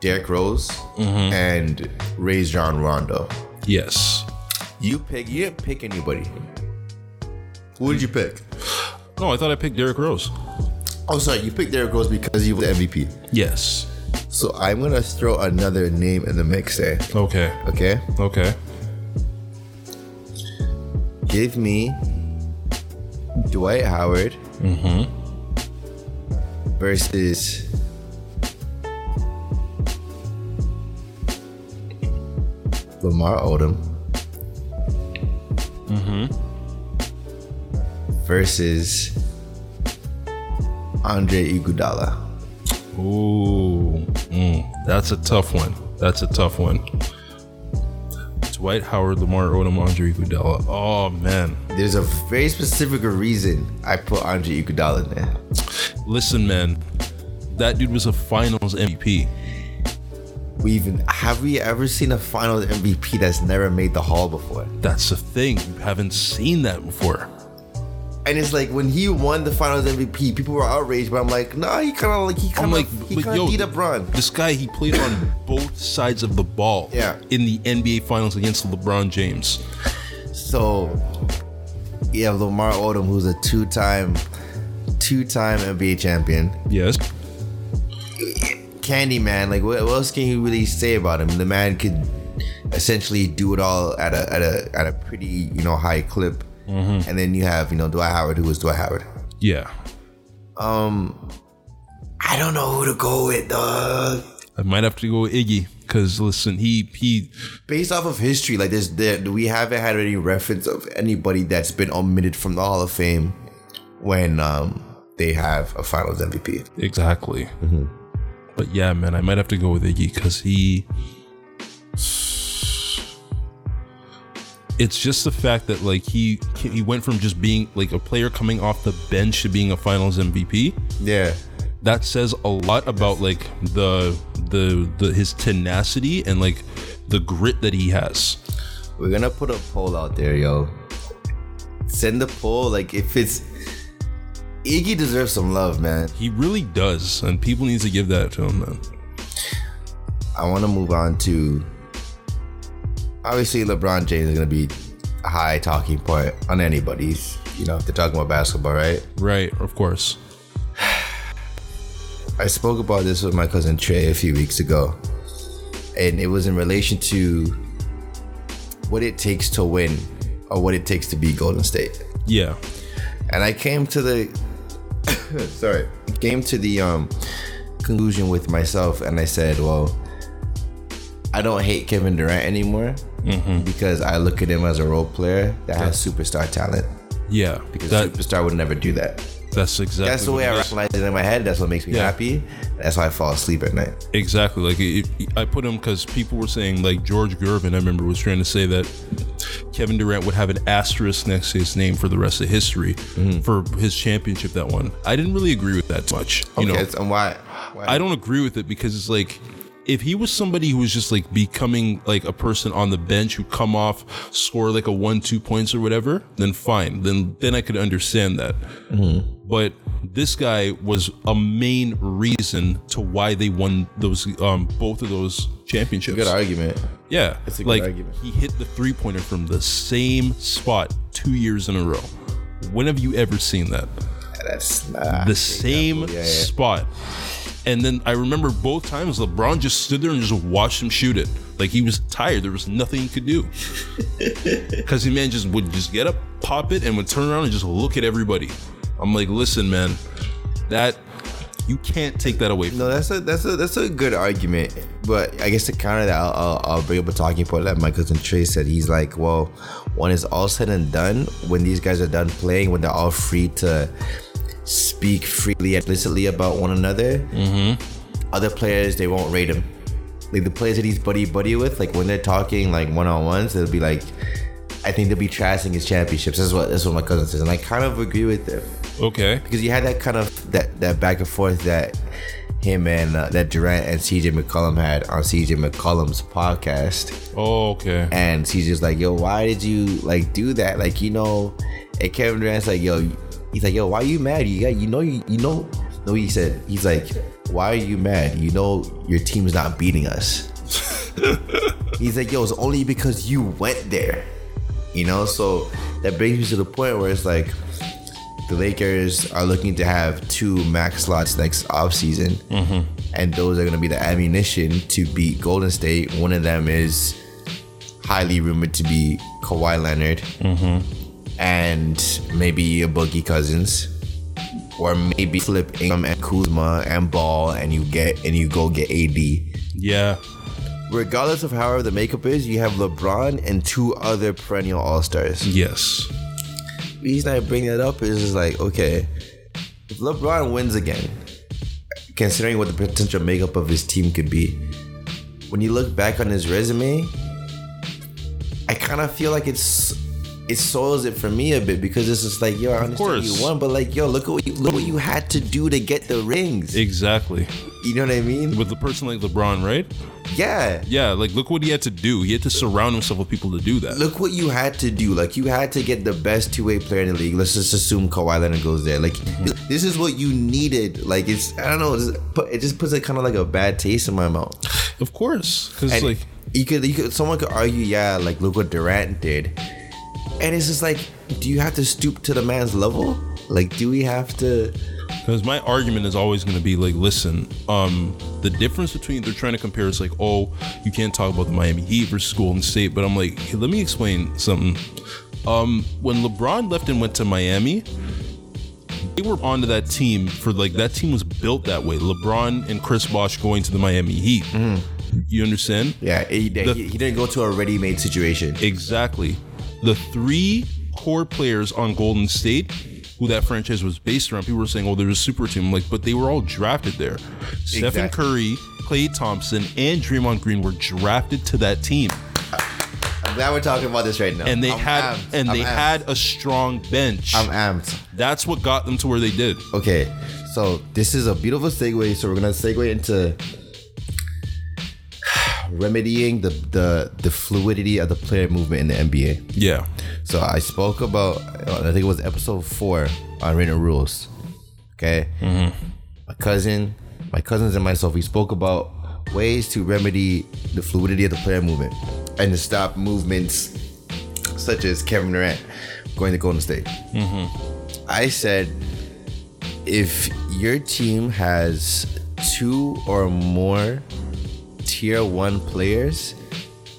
[SPEAKER 1] Derrick Rose, and Ray John Rondo.
[SPEAKER 2] Yes.
[SPEAKER 1] You pick. You didn't pick anybody. Who did you pick?
[SPEAKER 2] No, I thought I picked Derrick Rose.
[SPEAKER 1] Oh, sorry. You picked Derrick Rose because he was the MVP.
[SPEAKER 2] Yes.
[SPEAKER 1] So I'm gonna throw another name in the mix there.
[SPEAKER 2] Okay.
[SPEAKER 1] Okay.
[SPEAKER 2] Okay.
[SPEAKER 1] Give me Dwight Howard versus Lamar Odom versus Andre Iguodala.
[SPEAKER 2] Ooh, mm, that's a tough one. That's a tough one. Dwight Howard, Lamar Odom, Andre Iguodala. Oh man,
[SPEAKER 1] There's a very specific reason I put Andre Iguodala in there.
[SPEAKER 2] listen, man, that dude was a Finals MVP.
[SPEAKER 1] We even have we ever seen a Finals MVP that's never made the Hall before?
[SPEAKER 2] That's the thing. You haven't seen that before.
[SPEAKER 1] And it's like when he won the Finals MVP, people were outraged, but I'm like, nah, he kind of like he
[SPEAKER 2] I'm
[SPEAKER 1] kind
[SPEAKER 2] like,
[SPEAKER 1] of he
[SPEAKER 2] but
[SPEAKER 1] kind
[SPEAKER 2] yo,
[SPEAKER 1] of beat up Bron.
[SPEAKER 2] this guy he played on both sides of the ball.
[SPEAKER 1] Yeah.
[SPEAKER 2] in the NBA Finals against LeBron James.
[SPEAKER 1] So you have Lamar Odom, who's a two-time, two-time NBA champion.
[SPEAKER 2] Yes.
[SPEAKER 1] Candyman, like what, what else can you really say about him? The man could essentially do it all at a at a at a pretty you know high clip.
[SPEAKER 2] Mm-hmm.
[SPEAKER 1] And then you have you know Dwight Howard, who is Dwight Howard.
[SPEAKER 2] Yeah.
[SPEAKER 1] I don't know who to go with, dog.
[SPEAKER 2] I might have to go with Iggy because listen, he he
[SPEAKER 1] based off of history, like there's there, we haven't had any reference of anybody that's been omitted from the Hall of Fame when um they have a Finals MVP.
[SPEAKER 2] Exactly.
[SPEAKER 1] Mm-hmm.
[SPEAKER 2] But yeah, man, I might have to go with Iggy because he. It's just the fact that like he he went from just being like a player coming off the bench to being a Finals MVP.
[SPEAKER 1] Yeah,
[SPEAKER 2] That says a lot about like the the, the his tenacity and like the grit that he has.
[SPEAKER 1] We're gonna put a poll out there, yo. Send the poll. Like if it's Iggy deserves some love, man.
[SPEAKER 2] He really does, and people need to give that to him, man.
[SPEAKER 1] I want to move on to obviously LeBron James is gonna be a high talking point on anybody's. You know, if they're talking about basketball, right?
[SPEAKER 2] Right, of course.
[SPEAKER 1] I spoke about this with my cousin Trey a few weeks ago, and it was in relation to what it takes to win or what it takes to be Golden State.
[SPEAKER 2] Yeah,
[SPEAKER 1] And I came to the sorry, came to the um conclusion with myself, and I said, well, I don't hate Kevin Durant anymore
[SPEAKER 2] Mm-hmm.
[SPEAKER 1] because I look at him as a role player that has superstar talent.
[SPEAKER 2] yeah.
[SPEAKER 1] Because
[SPEAKER 2] That,
[SPEAKER 1] superstar would never do that.
[SPEAKER 2] that's exactly.
[SPEAKER 1] That's the way I rationalize it in my head. That's what makes me
[SPEAKER 2] Yeah.
[SPEAKER 1] happy. That's why I fall asleep at night.
[SPEAKER 2] Exactly. Like it, it- I put him because people were saying like George Gervin. I remember was trying to say that Kevin Durant would have an asterisk next to his name for the rest of history for his championship that one. I didn't really agree with that much. You know,
[SPEAKER 1] Yes, and why? why-
[SPEAKER 2] I don't agree with it because it's like if he was somebody who was just like becoming like a person on the bench who come off score like a one two points or whatever, then fine. Then then I could understand that.
[SPEAKER 1] Mm-hmm.
[SPEAKER 2] But this guy was a main reason to why they won those um both of those championships.
[SPEAKER 1] Good argument.
[SPEAKER 2] yeah.
[SPEAKER 1] a good
[SPEAKER 2] like
[SPEAKER 1] argument.
[SPEAKER 2] he hit the three pointer from the same spot two years in a row. When have you ever seen that?
[SPEAKER 1] That's not.
[SPEAKER 2] the same spot. And then I remember both times LeBron just stood there and just watched him shoot it. Like he was tired. There was nothing he could do. Cause the man just would just get up, pop it, and would turn around and just look at everybody. I'm like, listen, man, that you can't take that away from
[SPEAKER 1] No, that's a that's a that's a good argument, but I guess to counter that, I'll, I'll, I'll bring up a talking point that my cousin Trey said. He's like, well, when it's all said and done, when these guys are done playing, when they're all free to speak freely, explicitly about one another,
[SPEAKER 2] Mm-hmm.
[SPEAKER 1] other players they won't rate him. Like the players that he's buddy buddy with, like when they're talking like one on ones, they'll be like, I think they'll be trashing his championships. That's what that's what my cousin says, and I kind of agree with him
[SPEAKER 2] Okay.
[SPEAKER 1] because you had that kind of that that back and forth that him and uh, that Durant and CJ McCollum had on CJ McCollum's podcast,
[SPEAKER 2] Oh, okay.
[SPEAKER 1] and CJ's like, "Yo, why did you like do that? Like, you know," and Kevin Durant's like, "Yo," he's like, "Yo, why you mad? You got, you know, you, you know." No, he said, he's like, "Why are you mad? You know, your team's not beating us." he's like, "Yo, it's only because you went there." You know, so that brings me to the point where it's like the Lakers are looking to have two max slots next offseason. And those are going to be the ammunition to beat Golden State. One of them is highly rumored to be Kawhi Leonard and maybe a Boogie Cousins. Or maybe flip Ingram and Kuzma and Ball and you get and you go get AD.
[SPEAKER 2] Yeah.
[SPEAKER 1] Regardless of however the makeup is, you have LeBron and two other perennial All Stars
[SPEAKER 2] Yes.
[SPEAKER 1] reason I bring that up is just like, okay, if LeBron wins again, considering what the potential makeup of his team could be, when you look back on his resume, I kind of feel like it's it soils it for me a bit because it's just like, yo, I understand
[SPEAKER 2] course.
[SPEAKER 1] you won, but like, yo, look at what you, look what you had to do to get the rings.
[SPEAKER 2] Exactly.
[SPEAKER 1] You know what I mean?
[SPEAKER 2] With a person like LeBron, right?
[SPEAKER 1] Yeah.
[SPEAKER 2] Yeah, like look what he had to do. He had to surround himself with people to do that.
[SPEAKER 1] Look what you had to do. Like you had to get the best two way player in the league. Let's just assume Kawhi Leonard goes there. Like th-
[SPEAKER 2] Mm-hmm.
[SPEAKER 1] this is what you needed. Like it's I don't know. It's, put- it just puts a kind of like a bad taste in my mouth.
[SPEAKER 2] Of course. Cause
[SPEAKER 1] And
[SPEAKER 2] like
[SPEAKER 1] you could, you could, someone could argue, yeah, like look what Durant did. And it's just like, do you have to stoop to the man's level? Like, do we have to?
[SPEAKER 2] Because my argument is always going to be like, listen, um, the difference between they're trying to compare is like, oh, you can't talk about the Miami Heat versus Golden State, but I'm like, hey, let me explain something. Um, when LeBron left and went to Miami, they were onto that team for like that team was built that way. LeBron and Chris Bosh going to the Miami Heat. You understand?
[SPEAKER 1] Yeah, he, did- he, he didn't go to a ready made situation.
[SPEAKER 2] Exactly. The three core players on Golden State, who that franchise was based around, people were saying, "Oh, they're a super team." I'm like, but they were all drafted there. Stephen
[SPEAKER 1] Exactly.
[SPEAKER 2] Curry, Klay Thompson, and Draymond Green were drafted to that team,
[SPEAKER 1] I'm glad we're talking about this right now.
[SPEAKER 2] and they
[SPEAKER 1] I'm
[SPEAKER 2] had
[SPEAKER 1] amped.
[SPEAKER 2] and
[SPEAKER 1] I'm
[SPEAKER 2] they
[SPEAKER 1] amped.
[SPEAKER 2] had a strong bench.
[SPEAKER 1] I'm amped.
[SPEAKER 2] That's what got them to where they did.
[SPEAKER 1] Okay, so this is a beautiful segue. So we're gonna segue into remedying the, the the fluidity of the player movement in the NBA.
[SPEAKER 2] Yeah.
[SPEAKER 1] So I spoke about I think it was episode four on written rules. Okay, my cousin, my cousins and myself, we spoke about ways to remedy the fluidity of the player movement and to stop movements such as Kevin Durant going to Golden State. I said if your team has two or more tier one players,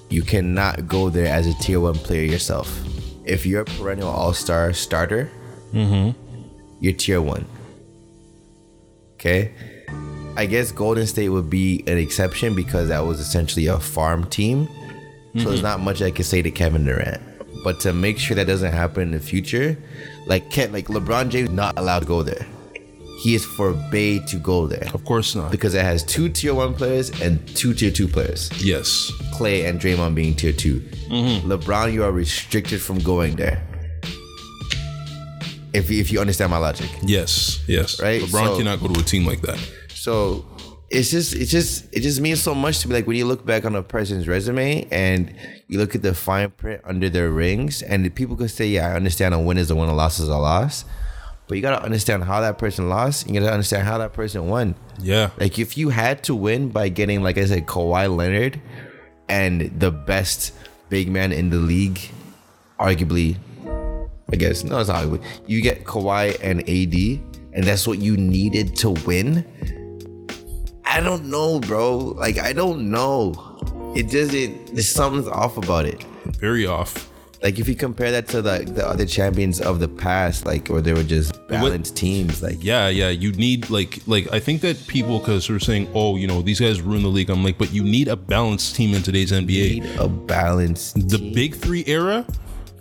[SPEAKER 1] you cannot go there as a tier one player yourself. If you're a perennial all star starter, you're tier one. Okay? I guess Golden State would be an exception because that was essentially a farm team. So there's not much I can say to Kevin Durant. But to make sure that doesn't happen in the future, like Ken, like LeBron James not allowed to go there. He is forbade to go there
[SPEAKER 2] Of course not.
[SPEAKER 1] because it has two tier one players and two tier two players.
[SPEAKER 2] Yes.
[SPEAKER 1] Clay and Draymond being tier 2 LeBron, you are restricted from going there. If you, if you understand my logic,
[SPEAKER 2] Yes. Yes.
[SPEAKER 1] Right,
[SPEAKER 2] LeBron
[SPEAKER 1] so-
[SPEAKER 2] cannot go to a team like that.
[SPEAKER 1] so it's just it's just it just means so much to me. Like when you look back on a person's resume and you look at the fine print under their rings, and the people could say, "Yeah, I understand a win is a win, a loss is a loss," but you gotta understand how that person lost. You gotta understand how that person won.
[SPEAKER 2] Yeah.
[SPEAKER 1] Like if you had to win by getting, like I said, Kawhi Leonard and the best big man in the league, arguably, I guess no, it's not. Arguably. You get Kawhi and AD, and that's what you needed to win. I don't know, bro. Like I don't know. It doesn't. There's something's off about it.
[SPEAKER 2] Very off.
[SPEAKER 1] Like if you compare that to like the other champions of the past, like or they were just balanced teams. Like
[SPEAKER 2] Yeah, yeah. You need like like I think that people because they're saying, oh, you know, these guys ruin the league. I'm like, but you need a balanced team in today's
[SPEAKER 1] you
[SPEAKER 2] NBA.
[SPEAKER 1] need a balanced.
[SPEAKER 2] The big three era,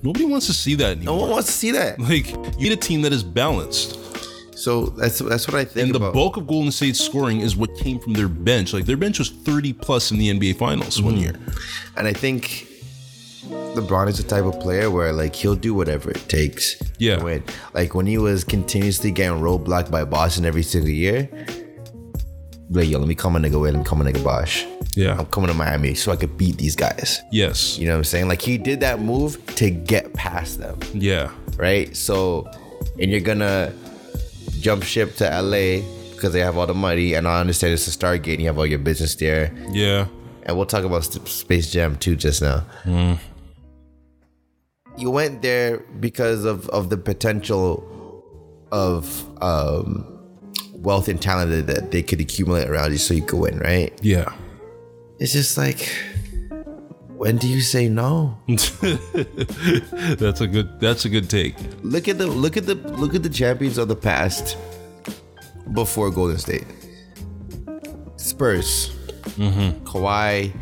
[SPEAKER 2] nobody wants to see that
[SPEAKER 1] No
[SPEAKER 2] anymore.
[SPEAKER 1] one wants to see that.
[SPEAKER 2] Like you need a team that is balanced.
[SPEAKER 1] So that's that's what I think.
[SPEAKER 2] And the
[SPEAKER 1] about.
[SPEAKER 2] bulk of Golden State's scoring is what came from their bench. Like their bench was 30 plus in the NBA Finals one
[SPEAKER 1] Mm.
[SPEAKER 2] year.
[SPEAKER 1] And I think LeBron is the type of player where like he'll do whatever it takes
[SPEAKER 2] Yeah.
[SPEAKER 1] to win. Like when he was continuously getting roadblocked by Boston every single year, like yo, let me come a nigga with, let me come a nigga Bosh.
[SPEAKER 2] Yeah.
[SPEAKER 1] I'm coming to Miami so I could beat these guys.
[SPEAKER 2] Yes.
[SPEAKER 1] You know what I'm saying? Like he did that move to get past them,
[SPEAKER 2] Yeah.
[SPEAKER 1] right? So, and you're gonna jump ship to LA because they have all the money, and I understand it's a Stargate and you have all your business there
[SPEAKER 2] Yeah.
[SPEAKER 1] and we'll talk about Sp- Space Jam 2 just now. You went there because of, of the potential of um, wealth and talent that- that they could accumulate around you so you could win, right?
[SPEAKER 2] Yeah.
[SPEAKER 1] It's just like, when do you say no?
[SPEAKER 2] that's a good that's a good take.
[SPEAKER 1] Look at the look at the look at the champions of the past before Golden State. Spurs,
[SPEAKER 2] Mm-hmm.
[SPEAKER 1] Kawhi,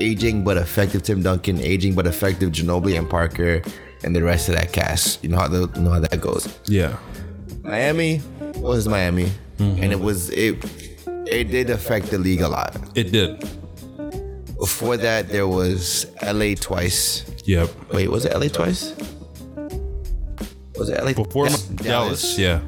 [SPEAKER 1] aging but effective Tim Duncan, aging but effective Ginobili and Parker, and the rest of that cast. You know how the, you know how that goes.
[SPEAKER 2] Yeah.
[SPEAKER 1] Miami was Miami,
[SPEAKER 2] Mm-hmm.
[SPEAKER 1] and it was it. It did affect the league a lot.
[SPEAKER 2] It did.
[SPEAKER 1] Before that, there was LA twice.
[SPEAKER 2] Yep.
[SPEAKER 1] Wait, was it LA twice? Was it LA
[SPEAKER 2] Before
[SPEAKER 1] Yes,
[SPEAKER 2] Dallas. yeah.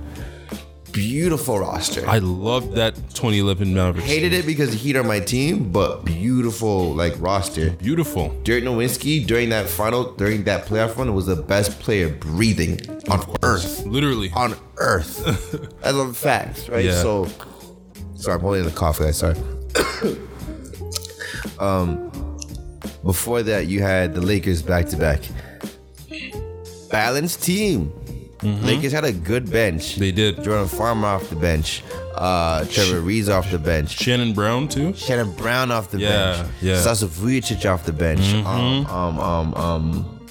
[SPEAKER 1] Beautiful roster.
[SPEAKER 2] I loved that 2011 Mavericks.
[SPEAKER 1] Hated it because the Heat are my team, but beautiful like roster.
[SPEAKER 2] Beautiful.
[SPEAKER 1] Dirk Nowitzki during that final, during that playoff run, was the best player breathing on earth.
[SPEAKER 2] Literally.
[SPEAKER 1] On earth, as a fact, right?
[SPEAKER 2] Yeah.
[SPEAKER 1] So, sorry, I'm holding the cough, guys. Sorry. um, before that, you had the Lakers back to back. Balanced team. Lakers had a good bench.
[SPEAKER 2] Mm-hmm. They did.
[SPEAKER 1] Jordan Farmer off the bench. Uh, Trevor Reeves off the bench.
[SPEAKER 2] Shannon Brown too.
[SPEAKER 1] Shannon Brown off the
[SPEAKER 2] Yeah,
[SPEAKER 1] bench.
[SPEAKER 2] yeah. Mm-hmm.
[SPEAKER 1] Sasa Vujicic off the bench. Um, um, um, um,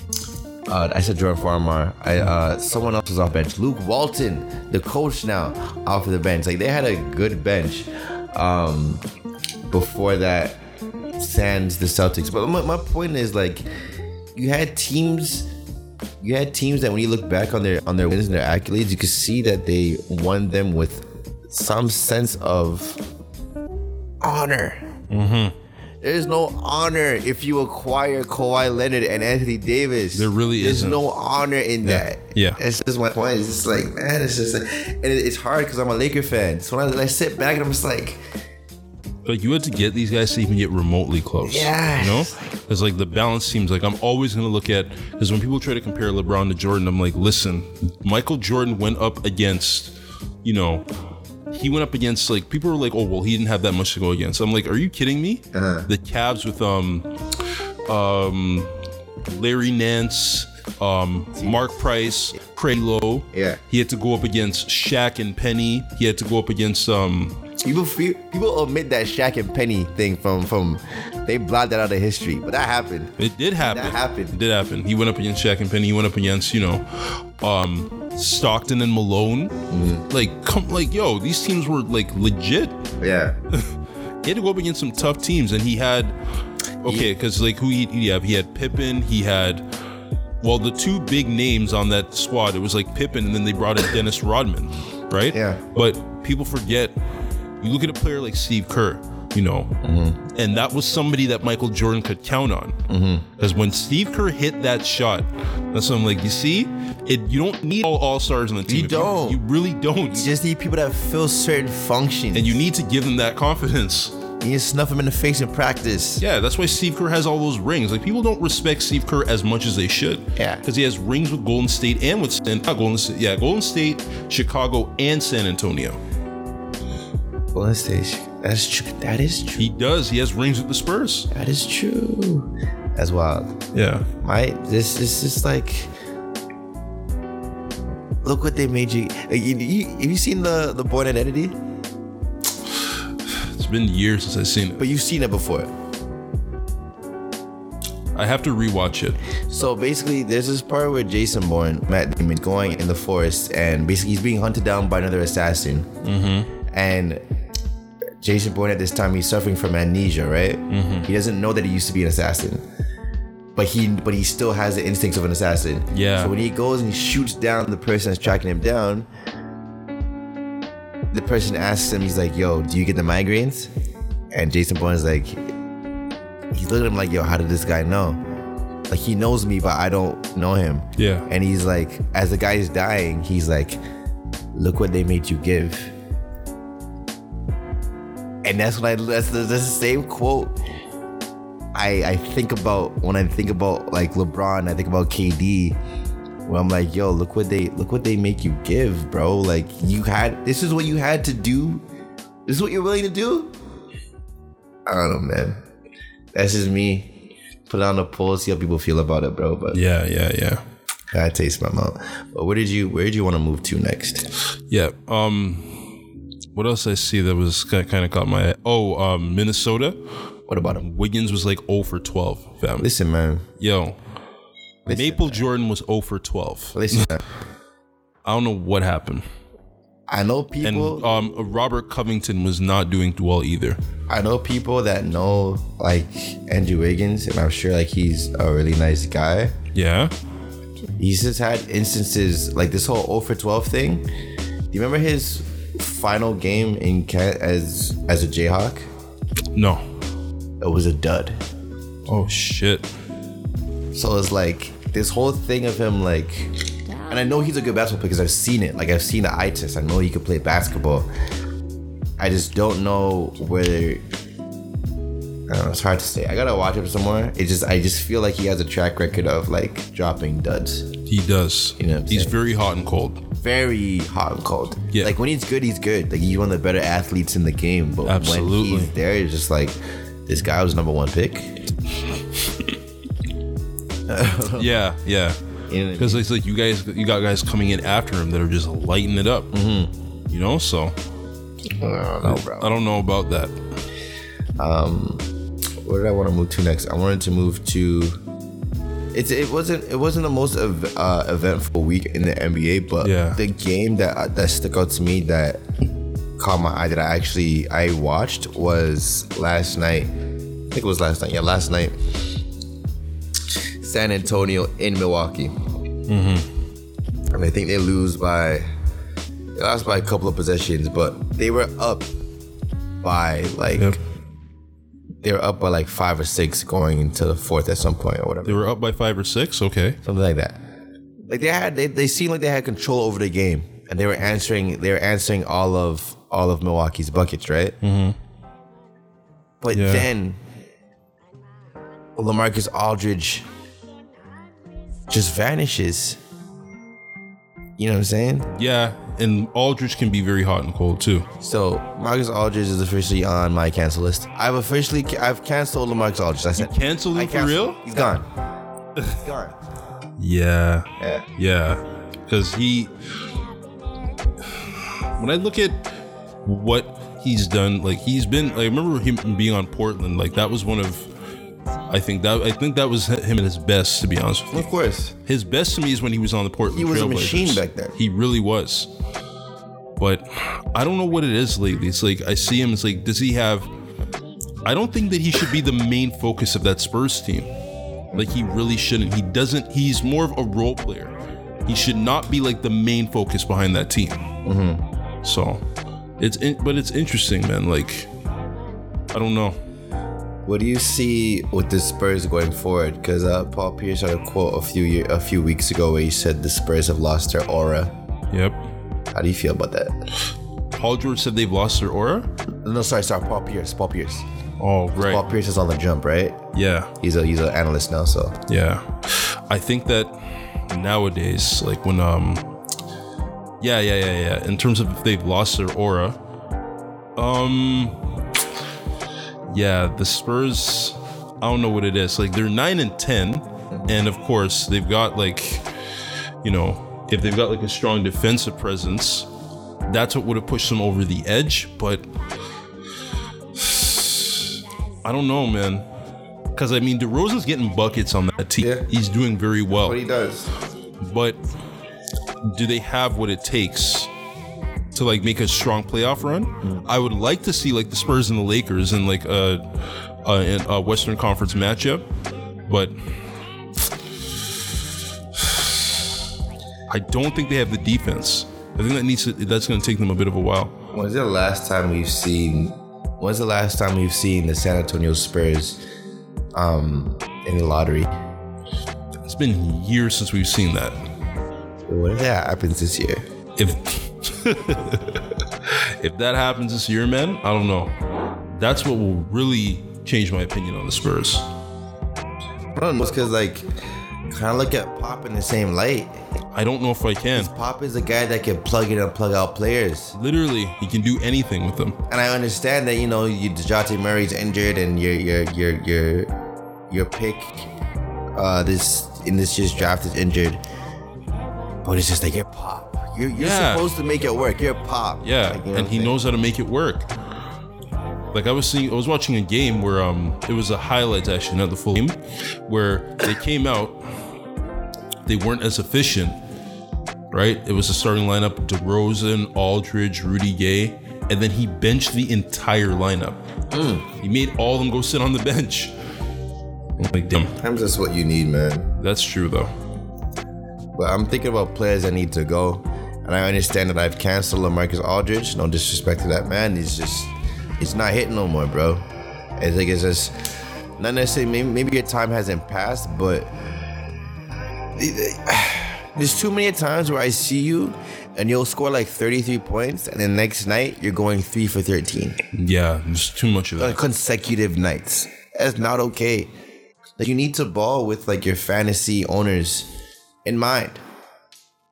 [SPEAKER 1] uh, I said Jordan Farmar. I, uh, someone else was off bench. Luke Walton, the coach now, off the bench. Like they had a good bench. Um, before that, Sands the Celtics. But my, my point is like, you had teams. You had teams that when you look back on their on their wins and their accolades, you could see that they won them with some sense of honor.
[SPEAKER 2] Mm-hmm.
[SPEAKER 1] There is no honor if you acquire Kawhi Leonard and Anthony Davis.
[SPEAKER 2] There really
[SPEAKER 1] There's
[SPEAKER 2] isn't.
[SPEAKER 1] no honor in that.
[SPEAKER 2] Yeah.
[SPEAKER 1] That's just my point. It's just like, man, it's just like, and it- it's hard because I'm a Laker fan. So when I, when I sit back and I'm just like,
[SPEAKER 2] Like you had to get these guys to even get remotely close.
[SPEAKER 1] Yes.
[SPEAKER 2] You know? It's like the balance seems like I'm always gonna look at because when people try to compare LeBron to Jordan, I'm like, listen, Michael Jordan went up against, you know, he went up against like people were like, oh well, he didn't have that much to go against. I'm like, are you kidding me?
[SPEAKER 1] Uh-huh.
[SPEAKER 2] The Cavs with um, um, Larry Nance, um, Mark Price, Craig Lowe.
[SPEAKER 1] Yeah.
[SPEAKER 2] he had to go up against Shaq and Penny. He had to go up against um,
[SPEAKER 1] People fe- people omit that Shaq and Penny thing from from they blocked that out of history, but that happened.
[SPEAKER 2] It did happen.
[SPEAKER 1] That happened.
[SPEAKER 2] It did happen. He went up against Shaq and Penny. He went up against you know, um, Stockton and Malone.
[SPEAKER 1] Mm-hmm.
[SPEAKER 2] Like come, like yo, these teams were like legit.
[SPEAKER 1] Yeah,
[SPEAKER 2] He had to go up against some tough teams, and he had okay, because like who he yeah he had Pippen, he had. Well, the two big names on that squad, it was like Pippen, and then they brought in Dennis Rodman, right?
[SPEAKER 1] Yeah.
[SPEAKER 2] But people forget. You look at a player like Steve Kerr, you know,
[SPEAKER 1] Mm-hmm.
[SPEAKER 2] and that was somebody that Michael Jordan could count on.
[SPEAKER 1] Mm-hmm.
[SPEAKER 2] Because when Steve Kerr hit that shot, that's something like you see, it. You don't need all all stars on the team. If
[SPEAKER 1] don't.
[SPEAKER 2] You, really don't.
[SPEAKER 1] you just need people that fill certain functions,
[SPEAKER 2] and you need to give them that confidence.
[SPEAKER 1] you need to snuff them in the face in practice.
[SPEAKER 2] Yeah, that's why Steve Kerr has all those rings. Like people don't respect Steve Kerr as much as they should.
[SPEAKER 1] Yeah.
[SPEAKER 2] because he has rings with Golden State and with and not Golden State. Yeah, Golden State, Chicago, and San Antonio.
[SPEAKER 1] Golden State, that's true. That is true.
[SPEAKER 2] He does. He has rings with the Spurs.
[SPEAKER 1] That is true. That's wild.
[SPEAKER 2] Yeah,
[SPEAKER 1] My this is just like look what they made you. uh, you, you have you seen the the Born Identity?
[SPEAKER 2] it's been years since I've seen it.
[SPEAKER 1] But you've seen it before.
[SPEAKER 2] I have to rewatch it.
[SPEAKER 1] So basically, there's this part where Jason Bourne, Matt Damon, going in the forest, and basically he's being hunted down by another assassin. Mm-hmm. And Jason Bourne at this time he's suffering from amnesia, right? Mm-hmm. He doesn't know that he used to be an assassin, but he but he still has the instincts of an assassin.
[SPEAKER 2] Yeah.
[SPEAKER 1] So when he goes and shoots down the person that's tracking him down, the person asks him, he's like, "Yo, do you get the migraines?" And Jason Bourne's like, he's looking at him like, "Yo, how did this guy know?" like he knows me but i don't know him
[SPEAKER 2] Yeah.
[SPEAKER 1] and he's like as the guy is dying he's like look what they made you give and that's what i that's, the- that's the same quote i i think about when i think about like lebron i think about kd where i'm like yo look what they look what they make you give bro like you had this is what you had to do this is what you're willing to do i don't know man that's just me put it on the poll see how people feel about it bro but
[SPEAKER 2] Yeah, yeah, yeah,
[SPEAKER 1] I taste my mouth. But where did you where did you want to move to next?
[SPEAKER 2] yeah. Um, what else I see that was kind of caught my eye? Oh, um, Minnesota.
[SPEAKER 1] What about him?
[SPEAKER 2] Wiggins was like 0 for 12. Fam.
[SPEAKER 1] Listen, man.
[SPEAKER 2] Yo, Maple Jordan was 0 for 12.
[SPEAKER 1] Listen. man.
[SPEAKER 2] I don't know what happened.
[SPEAKER 1] I know
[SPEAKER 2] And
[SPEAKER 1] people.
[SPEAKER 2] um, Robert Covington was not doing well either.
[SPEAKER 1] I know people that know like Andrew Wiggins, and I'm sure like he's a really nice guy.
[SPEAKER 2] Yeah.
[SPEAKER 1] He's just had instances like this whole 0 for 12 thing. Do you remember his final game in Ca- as as a Jayhawk?
[SPEAKER 2] No.
[SPEAKER 1] It was a dud.
[SPEAKER 2] Oh shit.
[SPEAKER 1] So it's like this whole thing of him like and I know he's a good basketball player because I've seen it. Like I've seen the eye test. I know he could play basketball. I just don't know whether I don't know, it's hard to say. I gotta watch him some more. It just I just feel like he has a track record of like dropping duds.
[SPEAKER 2] He does.
[SPEAKER 1] You know what I'm
[SPEAKER 2] He's
[SPEAKER 1] saying?
[SPEAKER 2] very hot and cold.
[SPEAKER 1] Very hot and cold.
[SPEAKER 2] Yeah.
[SPEAKER 1] Like when he's good, he's good. Like he's one of the better athletes in the game. But
[SPEAKER 2] Absolutely.
[SPEAKER 1] when he's there, it's just like this guy was number one pick.
[SPEAKER 2] Yeah. Yeah.
[SPEAKER 1] You know what I
[SPEAKER 2] Because it's like you guys, you got guys coming in after him that are just lighting it up.
[SPEAKER 1] Mm-hmm.
[SPEAKER 2] You know. So
[SPEAKER 1] mean? I don't know, bro.
[SPEAKER 2] I don't know about that.
[SPEAKER 1] where did I want to move to next? I wanted to move to. It's, it wasn't it wasn't the most ev- uh, eventful week in the NBA, but
[SPEAKER 2] Yeah.
[SPEAKER 1] the game that that stuck out to me that caught my eye that I actually I watched was last night. I think it was last night. Yeah, last night. San Antonio in Milwaukee, and I think they lose by they lost by a couple of possessions, but they were up by like
[SPEAKER 2] Yep.
[SPEAKER 1] they were up by like five or six going into the fourth at some point or whatever.
[SPEAKER 2] They were up by five or six. Okay.
[SPEAKER 1] Something like that. Like they had they, they seemed like they had control over the game. And they were answering they were answering all of all of Milwaukee's buckets, right? Mm-hmm. But
[SPEAKER 2] Yeah.
[SPEAKER 1] then Lamarcus Aldridge just vanishes. You know what I'm saying?
[SPEAKER 2] Yeah, and Aldridge can be very hot and cold too.
[SPEAKER 1] So Marcus Aldridge is officially on my cancel list. I've officially ca- I've canceled Lamarcus Aldridge. I said
[SPEAKER 2] Cancel
[SPEAKER 1] I
[SPEAKER 2] him for
[SPEAKER 1] canceled.
[SPEAKER 2] real?
[SPEAKER 1] He's gone. He's gone.
[SPEAKER 2] Yeah.
[SPEAKER 1] Yeah.
[SPEAKER 2] Yeah. Because he. When I look at what he's done, like he's been. I remember him being on Portland. Like that was one of. I think that I think that was him at his best. To be honest with you,
[SPEAKER 1] Of course.
[SPEAKER 2] his best to me is when he was on the Portland.
[SPEAKER 1] He was a
[SPEAKER 2] Trailblazers.
[SPEAKER 1] machine back then.
[SPEAKER 2] He really was. But I don't know what it is lately. It's like I see him. It's like does he have? I don't think that he should be the main focus of that Spurs team. Like he really shouldn't. He doesn't. He's more of a role player. He should not be like the main focus behind that team.
[SPEAKER 1] Mm-hmm.
[SPEAKER 2] So it's in, but it's interesting, man. Like I don't know.
[SPEAKER 1] What do you see with the Spurs going forward? Because uh, Paul Pierce had a quote a few year, a few weeks ago where he said the Spurs have lost their aura.
[SPEAKER 2] Yep.
[SPEAKER 1] How do you feel about that?
[SPEAKER 2] Paul George said they've lost their aura.
[SPEAKER 1] No, sorry, sorry. Paul Pierce. Paul Pierce. Paul
[SPEAKER 2] Oh right.
[SPEAKER 1] Pierce is on the jump, right?
[SPEAKER 2] Yeah.
[SPEAKER 1] He's a he's an analyst now, so
[SPEAKER 2] Yeah. I think that nowadays, like when um Yeah, yeah, yeah, yeah. In terms of if they've lost their aura. Um Yeah, the Spurs, I don't know what it is. Like they're nine and ten, and of course they've got like you know, if they've got like a strong defensive presence, that's what would have pushed them over the edge, but I don't know, man. Because I mean, DeRozan's getting buckets on that team.
[SPEAKER 1] Yeah.
[SPEAKER 2] He's doing very well,
[SPEAKER 1] he does.
[SPEAKER 2] but do they have what it takes to like make a strong playoff run? I would like to see like the Spurs and the Lakers in like a, a, in a Western Conference matchup, but I don't think they have the defense. I think that needs to, that's going to take them a bit of a while.
[SPEAKER 1] When's the last time we've seen? When's the last time we've seen the San Antonio Spurs um, in the lottery?
[SPEAKER 2] It's been years since we've seen that.
[SPEAKER 1] What if that happens this year?
[SPEAKER 2] if if that happens this year, man, I don't know. That's what will really change my opinion on the Spurs.
[SPEAKER 1] I don't know. It's because like kind of look at Pop in the same light.
[SPEAKER 2] I don't know if I can.
[SPEAKER 1] Pop is a guy that can plug in and plug out players.
[SPEAKER 2] Literally, he can do anything with them.
[SPEAKER 1] And I understand that you know you, Dejounte Murray's injured, and your your your your your pick uh, this in this year's draft is injured. But it's just like you're pop. You're, you're
[SPEAKER 2] Yeah.
[SPEAKER 1] supposed to make it work. You're pop.
[SPEAKER 2] Yeah,
[SPEAKER 1] Like, you know
[SPEAKER 2] and
[SPEAKER 1] what
[SPEAKER 2] he
[SPEAKER 1] I'm
[SPEAKER 2] knows how to make it work. Like I was seeing, I was watching a game where um, it was a highlights actually, not the full game, where they came out, they weren't as efficient, right? It was the starting lineup: DeRozan, Aldridge, Rudy Gay, and then he benched the entire lineup. He made all of them go sit on the bench. I'm Like damn,
[SPEAKER 1] Sometimes that's what you need, man.
[SPEAKER 2] that's true though.
[SPEAKER 1] But I'm thinking about players that need to go, and I understand that I've canceled Lamarcus Aldridge. No disrespect to that man. He's just, it's not hitting no more, bro. I think it's just not necessarily. Maybe, maybe your time hasn't passed, but there's too many times where I see you, and you'll score like 33 points, and the next night you're going three for 13
[SPEAKER 2] Yeah, there's too much of
[SPEAKER 1] uh,
[SPEAKER 2] that.
[SPEAKER 1] consecutive nights. That's not okay. Like you need to ball with like your fantasy owners in mind.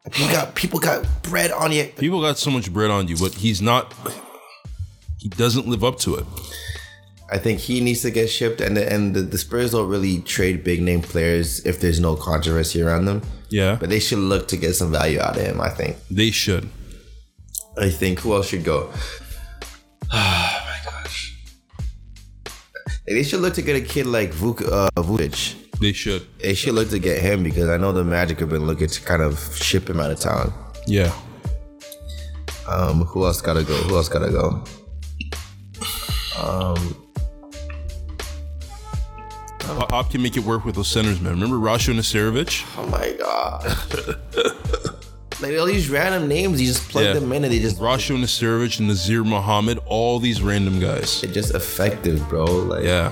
[SPEAKER 1] Like, you got people got bread on you.
[SPEAKER 2] People got so much bread on you, but he's not. He doesn't live up to it.
[SPEAKER 1] I think he needs to get shipped, and the, and the, the Spurs don't really trade big name players if there's no controversy around them.
[SPEAKER 2] Yeah,
[SPEAKER 1] But they should look to get some value out of him. I think.
[SPEAKER 2] they should.
[SPEAKER 1] I think who else should go? Oh my gosh. They should look to get a kid like Vuk, uh, Vukic.
[SPEAKER 2] They should.
[SPEAKER 1] They should look to get him because I know the Magic have been looking to kind of ship him out of town.
[SPEAKER 2] Yeah.
[SPEAKER 1] Um, who else gotta go? Who else gotta go? Um,
[SPEAKER 2] Pop Pop can make it work with those centers, man. Remember Rasho Nasarovich?
[SPEAKER 1] oh my god! like all these random names, you just plug
[SPEAKER 2] Yeah.
[SPEAKER 1] them in and they just
[SPEAKER 2] Rasho Nasarovich, Nazir Muhammad, all these random guys.
[SPEAKER 1] they're just effective, bro. Like
[SPEAKER 2] Yeah.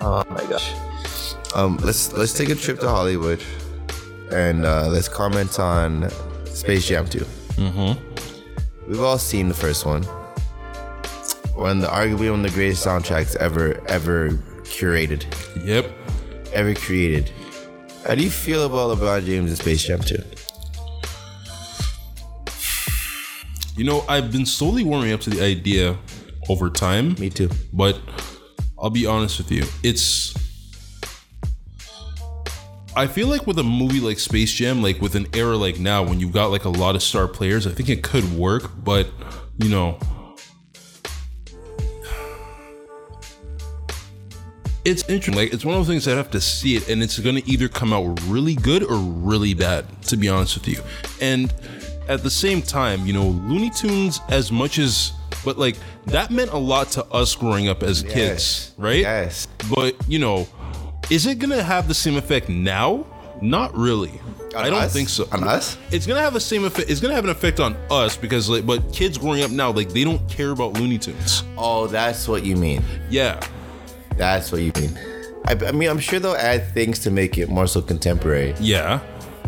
[SPEAKER 1] oh my gosh. Um, let's let's take a trip to Hollywood, and uh, let's comment on Space Jam 2. Mm-hmm. We've all seen the first one. one of the arguably one of the greatest soundtracks ever ever curated,
[SPEAKER 2] Yep.
[SPEAKER 1] ever created. How do you feel about LeBron James and Space Jam 2?
[SPEAKER 2] You know, I've been slowly warming up to the idea over time.
[SPEAKER 1] Me too.
[SPEAKER 2] But I'll be honest with you, it's. I feel like with a movie like Space Jam, like with an era like now, when you've got like a lot of star players, I think it could work. But you know, it's interesting. Like it's one of those things I have to see it, and it's going to either come out really good or really bad. To be honest with you, and at the same time, you know, Looney Tunes as much as, but like that meant a lot to us growing up as kids, right?
[SPEAKER 1] Yes.
[SPEAKER 2] But you know, is it gonna have the same effect now? Not really. I don't
[SPEAKER 1] us?
[SPEAKER 2] think so.
[SPEAKER 1] On us?
[SPEAKER 2] It's gonna have the same effect. It's gonna have an effect on us because, like, but kids growing up now, like, they don't care about Looney Tunes.
[SPEAKER 1] Oh, that's what you mean.
[SPEAKER 2] Yeah,
[SPEAKER 1] That's what you mean. I, I mean, I'm sure they'll add things to make it more so contemporary.
[SPEAKER 2] yeah.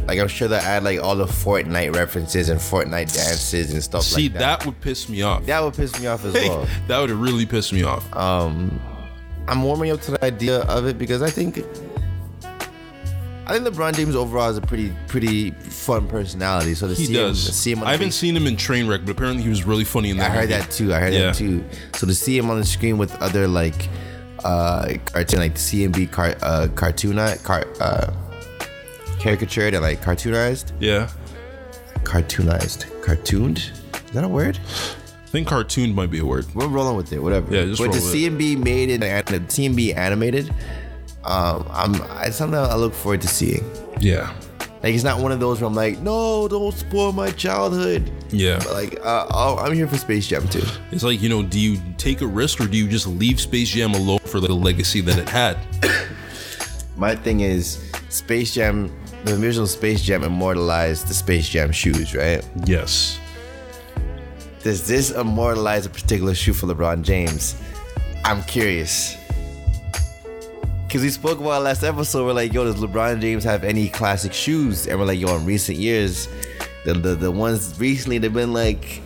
[SPEAKER 1] Like, I'm sure they'll add like all the Fortnite references and Fortnite dances and stuff
[SPEAKER 2] See,
[SPEAKER 1] like that.
[SPEAKER 2] that. would piss me off.
[SPEAKER 1] That would piss me off as
[SPEAKER 2] Hey,
[SPEAKER 1] well.
[SPEAKER 2] that would really piss me off.
[SPEAKER 1] I'm warming up to the idea of it because I think I think LeBron James overall is a pretty pretty fun personality. So to
[SPEAKER 2] he
[SPEAKER 1] see him,
[SPEAKER 2] does.
[SPEAKER 1] see him on the
[SPEAKER 2] I haven't
[SPEAKER 1] big-
[SPEAKER 2] seen him in Trainwreck, but apparently he was really funny in
[SPEAKER 1] I
[SPEAKER 2] that.
[SPEAKER 1] heard
[SPEAKER 2] movie.
[SPEAKER 1] that too. I heard
[SPEAKER 2] Yeah.
[SPEAKER 1] that too. So to see him on the screen with other like uh cartoon like CMB car uh cartoona car uh caricatured and like cartoonized
[SPEAKER 2] Yeah,
[SPEAKER 1] cartoonized cartooned is that a word
[SPEAKER 2] I think cartoon might be a word.
[SPEAKER 1] we're rolling with it whatever
[SPEAKER 2] Yeah, just
[SPEAKER 1] but to
[SPEAKER 2] roll with
[SPEAKER 1] see him be made in and the team be animated um i'm it's something i look forward to seeing
[SPEAKER 2] Yeah,
[SPEAKER 1] Like it's not one of those where I'm like, no, don't spoil my childhood.
[SPEAKER 2] yeah.
[SPEAKER 1] But like, uh, oh, I'm here for Space Jam too.
[SPEAKER 2] It's like, you know, do you take a risk or do you just leave Space Jam alone for the legacy that it had?
[SPEAKER 1] My thing is Space Jam. The original Space Jam immortalized the Space Jam shoes, right?
[SPEAKER 2] Yes.
[SPEAKER 1] Does this immortalize a particular shoe for LeBron James? I'm curious. Cause we spoke about it last episode, we're like, yo, does LeBron James have any classic shoes? And we're like, yo, in recent years, the the, the ones recently they've been like,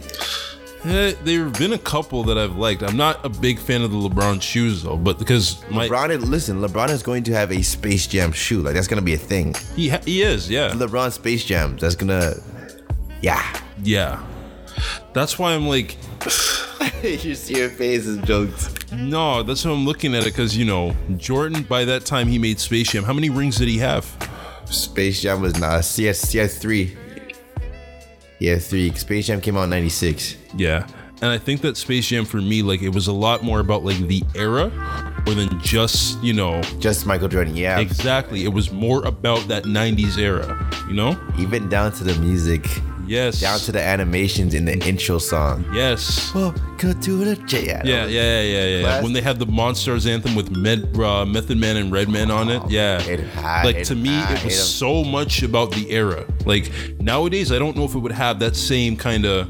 [SPEAKER 2] Eh, there have been a couple that I've liked. I'm not a big fan of the LeBron shoes though, but because my
[SPEAKER 1] LeBron. is- Listen, LeBron is going to have a Space Jam shoe. Like that's gonna be a thing.
[SPEAKER 2] he ha- he is, yeah,
[SPEAKER 1] LeBron Space Jam. That's gonna, yeah.
[SPEAKER 2] yeah. That's why I'm like,
[SPEAKER 1] you see your face is jokes.
[SPEAKER 2] no, that's why I'm looking at it because you know Jordan. By that time, he made Space Jam. How many rings did he have?
[SPEAKER 1] Space Jam was not CS CS three. Yeah, three. Space Jam came out in '96.
[SPEAKER 2] Yeah, and I think that Space Jam for me, like, it was a lot more about like the era, more than just you know
[SPEAKER 1] Just Michael Jordan. Yeah,
[SPEAKER 2] exactly. It was more about that '90s era, you know.
[SPEAKER 1] even down to the music,
[SPEAKER 2] Yes.
[SPEAKER 1] down to the animations in the intro song.
[SPEAKER 2] yes.
[SPEAKER 1] Welcome to the J. Yeah, that
[SPEAKER 2] Yeah,
[SPEAKER 1] was-
[SPEAKER 2] yeah, yeah, yeah. yeah.
[SPEAKER 1] Class-
[SPEAKER 2] When they had the Monsters anthem with Med, uh, Method Man and Redman on
[SPEAKER 1] Oh,
[SPEAKER 2] it, yeah.
[SPEAKER 1] it had-
[SPEAKER 2] like to
[SPEAKER 1] it
[SPEAKER 2] me,
[SPEAKER 1] had-
[SPEAKER 2] it was
[SPEAKER 1] it-
[SPEAKER 2] so much about the era. Like nowadays, I don't know if it would have that same kind of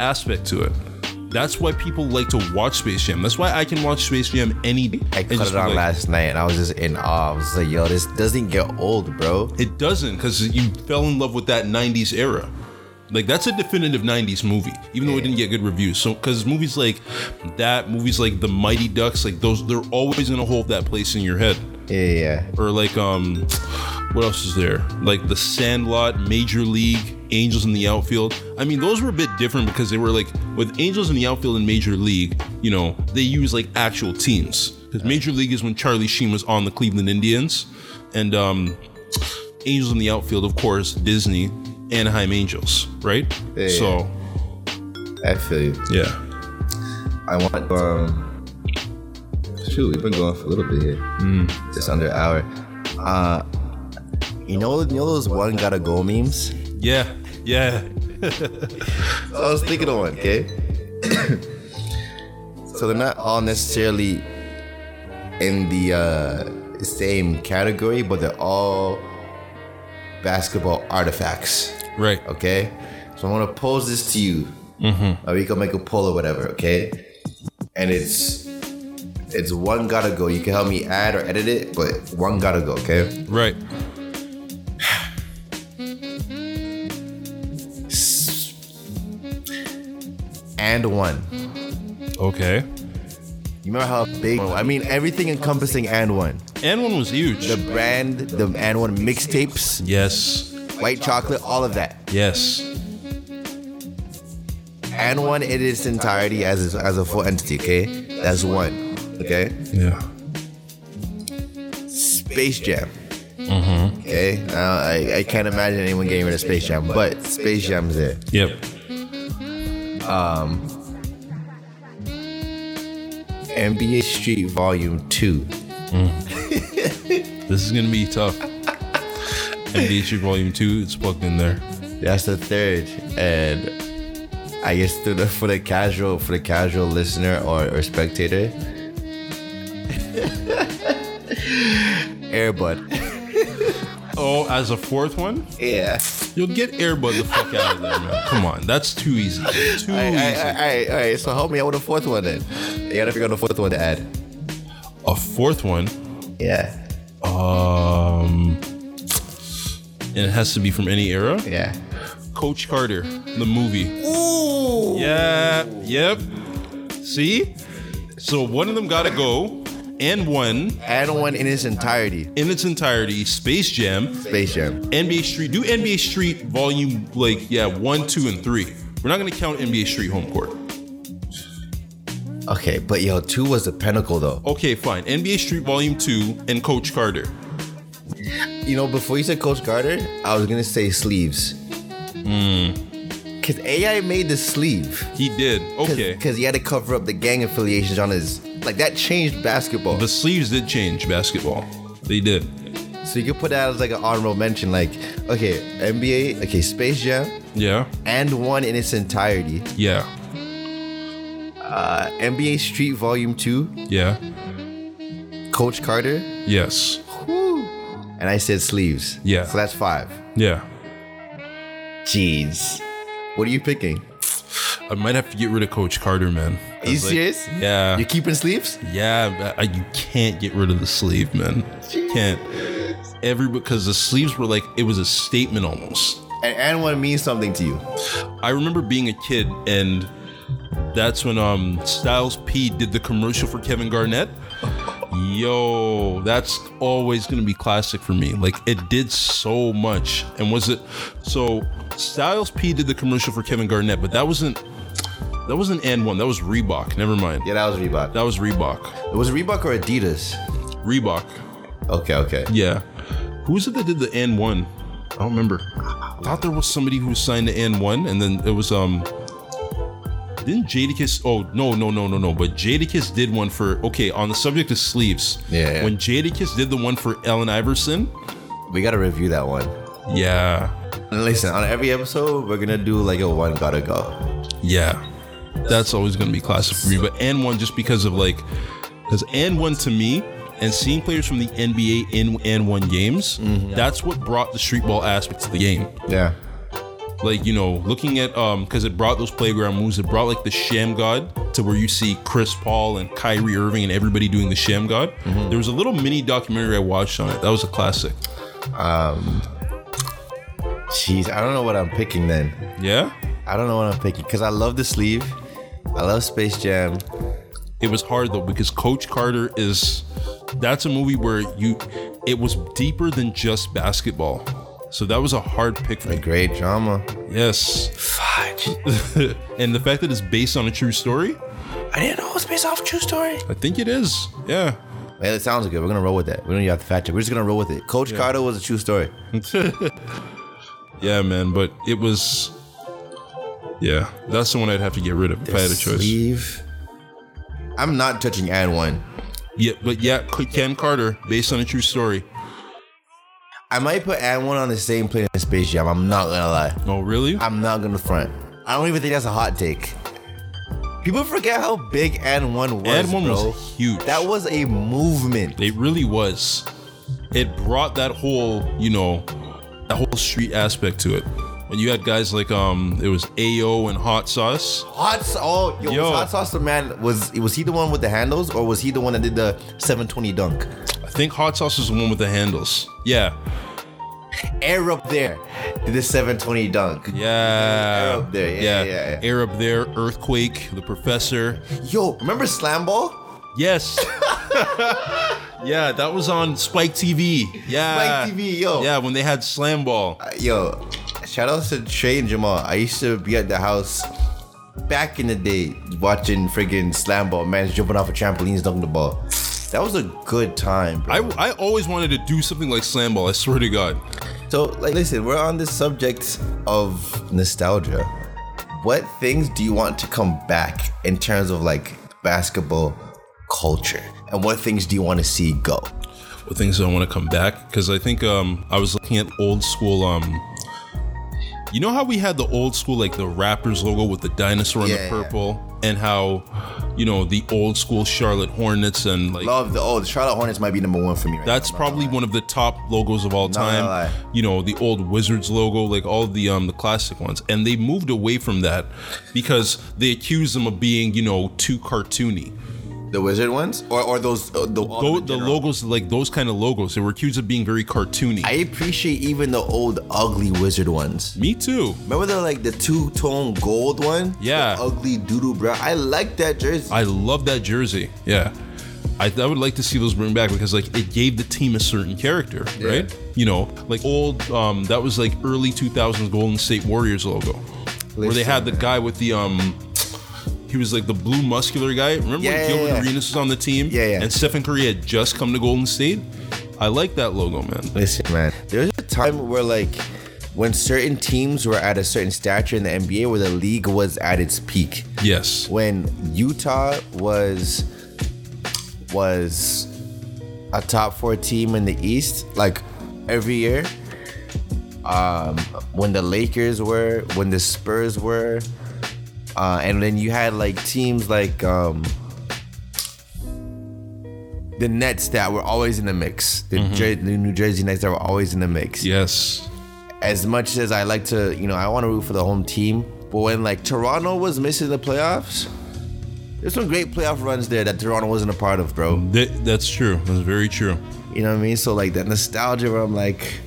[SPEAKER 2] aspect to it. That's why people like to watch Space Jam. That's why I can watch Space Jam any day.
[SPEAKER 1] I
[SPEAKER 2] and
[SPEAKER 1] cut
[SPEAKER 2] just
[SPEAKER 1] it
[SPEAKER 2] be
[SPEAKER 1] on
[SPEAKER 2] like,
[SPEAKER 1] last night and I was just in awe. I was like, yo, this doesn't get old, bro.
[SPEAKER 2] It doesn't because you fell in love with that 90s era. Like that's a definitive 90s movie, even though it didn't get good reviews. So because movies like that, movies like The Mighty Ducks, like those, they're always gonna hold that place in your head.
[SPEAKER 1] Yeah, yeah.
[SPEAKER 2] Or like um, what else is there? Like The Sandlot, Major League, Angels in the Outfield. I mean, those were a bit different because they were like with Angels in the Outfield and Major League. You know, they use like actual teams. Because Major League is when Charlie Sheen was on the Cleveland Indians, and um, Angels in the Outfield, of course, Disney, Anaheim Angels, right?
[SPEAKER 1] Yeah,
[SPEAKER 2] so,
[SPEAKER 1] I feel you.
[SPEAKER 2] yeah.
[SPEAKER 1] I want um shoot, we've been going for a little bit here. Just under an hour. Uh you know you know those one gotta go memes?
[SPEAKER 2] Yeah, yeah.
[SPEAKER 1] I was thinking of one, okay? so they're not all necessarily in the uh same category, but they're all basketball artifacts.
[SPEAKER 2] Right.
[SPEAKER 1] okay? So I'm gonna pose this to you. Mm-hmm. Or we can make a poll or whatever, okay? And it's it's one gotta go. You can help me add or edit it, but one gotta go, okay?
[SPEAKER 2] Right.
[SPEAKER 1] And one.
[SPEAKER 2] Okay.
[SPEAKER 1] You remember how big? I mean, everything encompassing and one.
[SPEAKER 2] And one was huge.
[SPEAKER 1] The brand, the and one mixtapes,
[SPEAKER 2] yes.
[SPEAKER 1] white chocolate, all of that.
[SPEAKER 2] Yes.
[SPEAKER 1] And one in its entirety as a, as a full entity. Okay, that's one. Okay,
[SPEAKER 2] Yeah.
[SPEAKER 1] Space Jam. Okay, now I, I can't imagine anyone getting rid of Space Jam, but Space Jam's there.
[SPEAKER 2] Yep.
[SPEAKER 1] NBA Street Volume Two.
[SPEAKER 2] This is gonna be tough. MDH Volume Two, it's plugged in there.
[SPEAKER 1] That's the third, and I guess to the, for the casual for the casual listener or, or spectator, Airbud.
[SPEAKER 2] Oh, as a fourth one,
[SPEAKER 1] Yeah.
[SPEAKER 2] you'll get Airbud the fuck out of there, man. Come on, that's too easy. Too
[SPEAKER 1] All right, all
[SPEAKER 2] easy.
[SPEAKER 1] right, all right, all right. So help me out with the fourth one then. You gotta figure out the fourth one to add.
[SPEAKER 2] A fourth one,
[SPEAKER 1] Yeah.
[SPEAKER 2] um, and it has to be from any era.
[SPEAKER 1] Yeah.
[SPEAKER 2] Coach Carter, the movie. Ooh. Yeah. Yep. See, so one of them gotta go, and one
[SPEAKER 1] Add one in its entirety.
[SPEAKER 2] in its entirety, Space Jam.
[SPEAKER 1] Space Jam.
[SPEAKER 2] NBA Street. Do NBA Street volume like yeah one, two, and three. We're not gonna count NBA Street home court.
[SPEAKER 1] Okay, but yo, two was the pinnacle though.
[SPEAKER 2] Okay, fine. NBA Street volume two and Coach Carter.
[SPEAKER 1] You know, before you said Coach Carter, I was gonna say sleeves. Hmm. Cause AI made the sleeve.
[SPEAKER 2] He did. Okay.
[SPEAKER 1] Because he had to cover up the gang affiliations on his. Like, that changed basketball.
[SPEAKER 2] The sleeves did change basketball. They did.
[SPEAKER 1] So you could put that as like an honorable mention. Like, okay, NBA, okay, Space Jam,
[SPEAKER 2] Yeah.
[SPEAKER 1] and one in its entirety.
[SPEAKER 2] Yeah.
[SPEAKER 1] Uh, NBA Street Volume 2,
[SPEAKER 2] Yeah.
[SPEAKER 1] Coach Carter,
[SPEAKER 2] Yes.
[SPEAKER 1] and I said sleeves.
[SPEAKER 2] Yeah.
[SPEAKER 1] So that's five.
[SPEAKER 2] Yeah.
[SPEAKER 1] Jeez. What are you picking?
[SPEAKER 2] I might have to get rid of Coach Carter, man.
[SPEAKER 1] Are you serious?
[SPEAKER 2] Yeah.
[SPEAKER 1] You're keeping sleeves?
[SPEAKER 2] Yeah, I, you can't get rid of the sleeve, man. You can't. Every because the sleeves were like it was a statement almost.
[SPEAKER 1] And, and one means something to you.
[SPEAKER 2] I remember being a kid, and that's when um Styles P did the commercial for Kevin Garnett. Yo, that's always gonna be classic for me. Like it did so much, and was it so? Styles P did the commercial for Kevin Garnett, but that wasn't that wasn't N one. That was Reebok. Never mind.
[SPEAKER 1] Yeah, that was Reebok.
[SPEAKER 2] That was Reebok.
[SPEAKER 1] It was Reebok or Adidas?
[SPEAKER 2] Reebok.
[SPEAKER 1] Okay, okay.
[SPEAKER 2] Yeah. Who was it that did the N one? I don't remember. I thought there was somebody who signed the N one, and then it was um. Didn't Jadakiss? Oh no no no no no! But Jadakiss did one for okay on the subject of sleeves.
[SPEAKER 1] Yeah, yeah.
[SPEAKER 2] When Jadakiss did the one for Ellen Iverson.
[SPEAKER 1] We gotta review that one.
[SPEAKER 2] Yeah,
[SPEAKER 1] And listen, on every episode, we're gonna do like a one gotta go.
[SPEAKER 2] yeah. That's always gonna be classic for me. But N one just because of like, because N one to me and seeing players from the NBA in N one games, that's what brought the street ball aspect to the game.
[SPEAKER 1] Yeah.
[SPEAKER 2] like you know looking at um because it brought those playground moves it brought like the sham god to where you see chris paul and kyrie irving and everybody doing the sham god
[SPEAKER 1] Mm-hmm.
[SPEAKER 2] there was a little mini documentary i watched on it that was a classic
[SPEAKER 1] Jeez, I don't know what I'm picking then.
[SPEAKER 2] yeah
[SPEAKER 1] I don't know what I'm picking because I love the sleeve. I love Space Jam.
[SPEAKER 2] it was hard though because coach carter is that's a movie where you it was deeper than just basketball so that was a hard pick for
[SPEAKER 1] A
[SPEAKER 2] me
[SPEAKER 1] great drama.
[SPEAKER 2] yes
[SPEAKER 1] Fudge.
[SPEAKER 2] and the fact that it's based on a true story
[SPEAKER 1] I didn't know it was based off a true story.
[SPEAKER 2] i think it is yeah
[SPEAKER 1] Yeah, that sounds good. We're gonna roll with that. We don't even have to fact check. We're just gonna roll with it. Coach Carter was a true story.
[SPEAKER 2] Yeah, man, but it was. Yeah, that's the one I'd have to get rid of if I had a choice.
[SPEAKER 1] Sleeve. I'm not touching ad one.
[SPEAKER 2] Yeah, but yeah, Ken Carter, based on a true story.
[SPEAKER 1] I might put ad one on the same plane as Space Jam. I'm not gonna lie.
[SPEAKER 2] Oh, really?
[SPEAKER 1] I'm not gonna front. I don't even think that's a hot take. People forget how big ad one was.
[SPEAKER 2] Ad one
[SPEAKER 1] bro.
[SPEAKER 2] was huge.
[SPEAKER 1] That was a movement.
[SPEAKER 2] It really was. It brought that whole, you know, that whole street aspect to it. When you had guys like um, it was Ao and Hot Sauce.
[SPEAKER 1] Hot sauce. Oh, yo,
[SPEAKER 2] Yo.
[SPEAKER 1] Was hot sauce. The man was was he the one with the handles, or was he the one that did the 720 dunk?
[SPEAKER 2] I think Hot Sauce was the one with the handles. Yeah,
[SPEAKER 1] Air up there, did the 720 dunk.
[SPEAKER 2] yeah,
[SPEAKER 1] Air up there, yeah, yeah, yeah.
[SPEAKER 2] Air up there, Earthquake, the Professor.
[SPEAKER 1] Yo, remember slam ball?
[SPEAKER 2] Yes. yeah, that was on Spike TV. Yeah.
[SPEAKER 1] Spike TV, yo.
[SPEAKER 2] Yeah, when they had Slam Ball.
[SPEAKER 1] Yo, shout out to Trey and Jamal. I used to be at the house back in the day watching friggin' slam ball, man, jumping off of trampolines, dunking the ball. That was a good time, bro.
[SPEAKER 2] I, I always wanted to do something like Slam Ball, I swear to God.
[SPEAKER 1] So, like, listen, we're on the subject of nostalgia. What things do you want to come back in terms of like basketball culture? And what things do you want to see go?
[SPEAKER 2] What things do I want to come back? Because I think um, I was looking at old school. Um, you know how we had the old school, like the Raptors logo with the dinosaur
[SPEAKER 1] Yeah, yeah.
[SPEAKER 2] and the purple, and how, you know, the old school Charlotte Hornets and like
[SPEAKER 1] Love the oh, the Charlotte Hornets might be number one for me. Right
[SPEAKER 2] That's probably one of the top logos of all time.
[SPEAKER 1] lie.
[SPEAKER 2] You know, the old Wizards logo, like all the um the classic ones. And they moved away from that because they accused them of being, you know, too cartoony.
[SPEAKER 1] now. the Wizard ones or or those uh, the, all
[SPEAKER 2] Tho-
[SPEAKER 1] of them in
[SPEAKER 2] the
[SPEAKER 1] general?
[SPEAKER 2] logos, like those kind of logos, they were accused of being very cartoony.
[SPEAKER 1] I appreciate even the old ugly Wizard ones.
[SPEAKER 2] Me too.
[SPEAKER 1] Remember the like the two tone gold one?
[SPEAKER 2] Yeah.
[SPEAKER 1] The ugly doodoo brown. I like that jersey.
[SPEAKER 2] I love that jersey. Yeah. I, I would like to see those bring back because like it gave the team a certain character, right? You know, like old um that was like early 2000s Golden State Warriors logo. where they had the guy with the um he was like the blue muscular guy. Remember
[SPEAKER 1] Yeah,
[SPEAKER 2] when
[SPEAKER 1] yeah,
[SPEAKER 2] Gilbert
[SPEAKER 1] yeah.
[SPEAKER 2] Arenas was on the team?
[SPEAKER 1] Yeah, yeah.
[SPEAKER 2] And Stephen Curry had just come to Golden State. I like that logo, man.
[SPEAKER 1] Listen, man, there's a time where like when certain teams were at a certain stature in the NBA where the league was at its peak.
[SPEAKER 2] Yes.
[SPEAKER 1] When Utah was was a top four team in the East, like every year. Um, when the Lakers were, when the Spurs were, uh, and then you had like teams like um, the Nets that were always in the mix. The, Jer- the New Jersey Nets that were always in the mix
[SPEAKER 2] Yes.
[SPEAKER 1] as much as I like to, you know, I want to root for the home team. But when like Toronto was missing the playoffs, there's some great playoff runs there that Toronto wasn't a part of, bro.
[SPEAKER 2] Th- that's true. That's very true.
[SPEAKER 1] You know what I mean? So like that nostalgia where I'm like,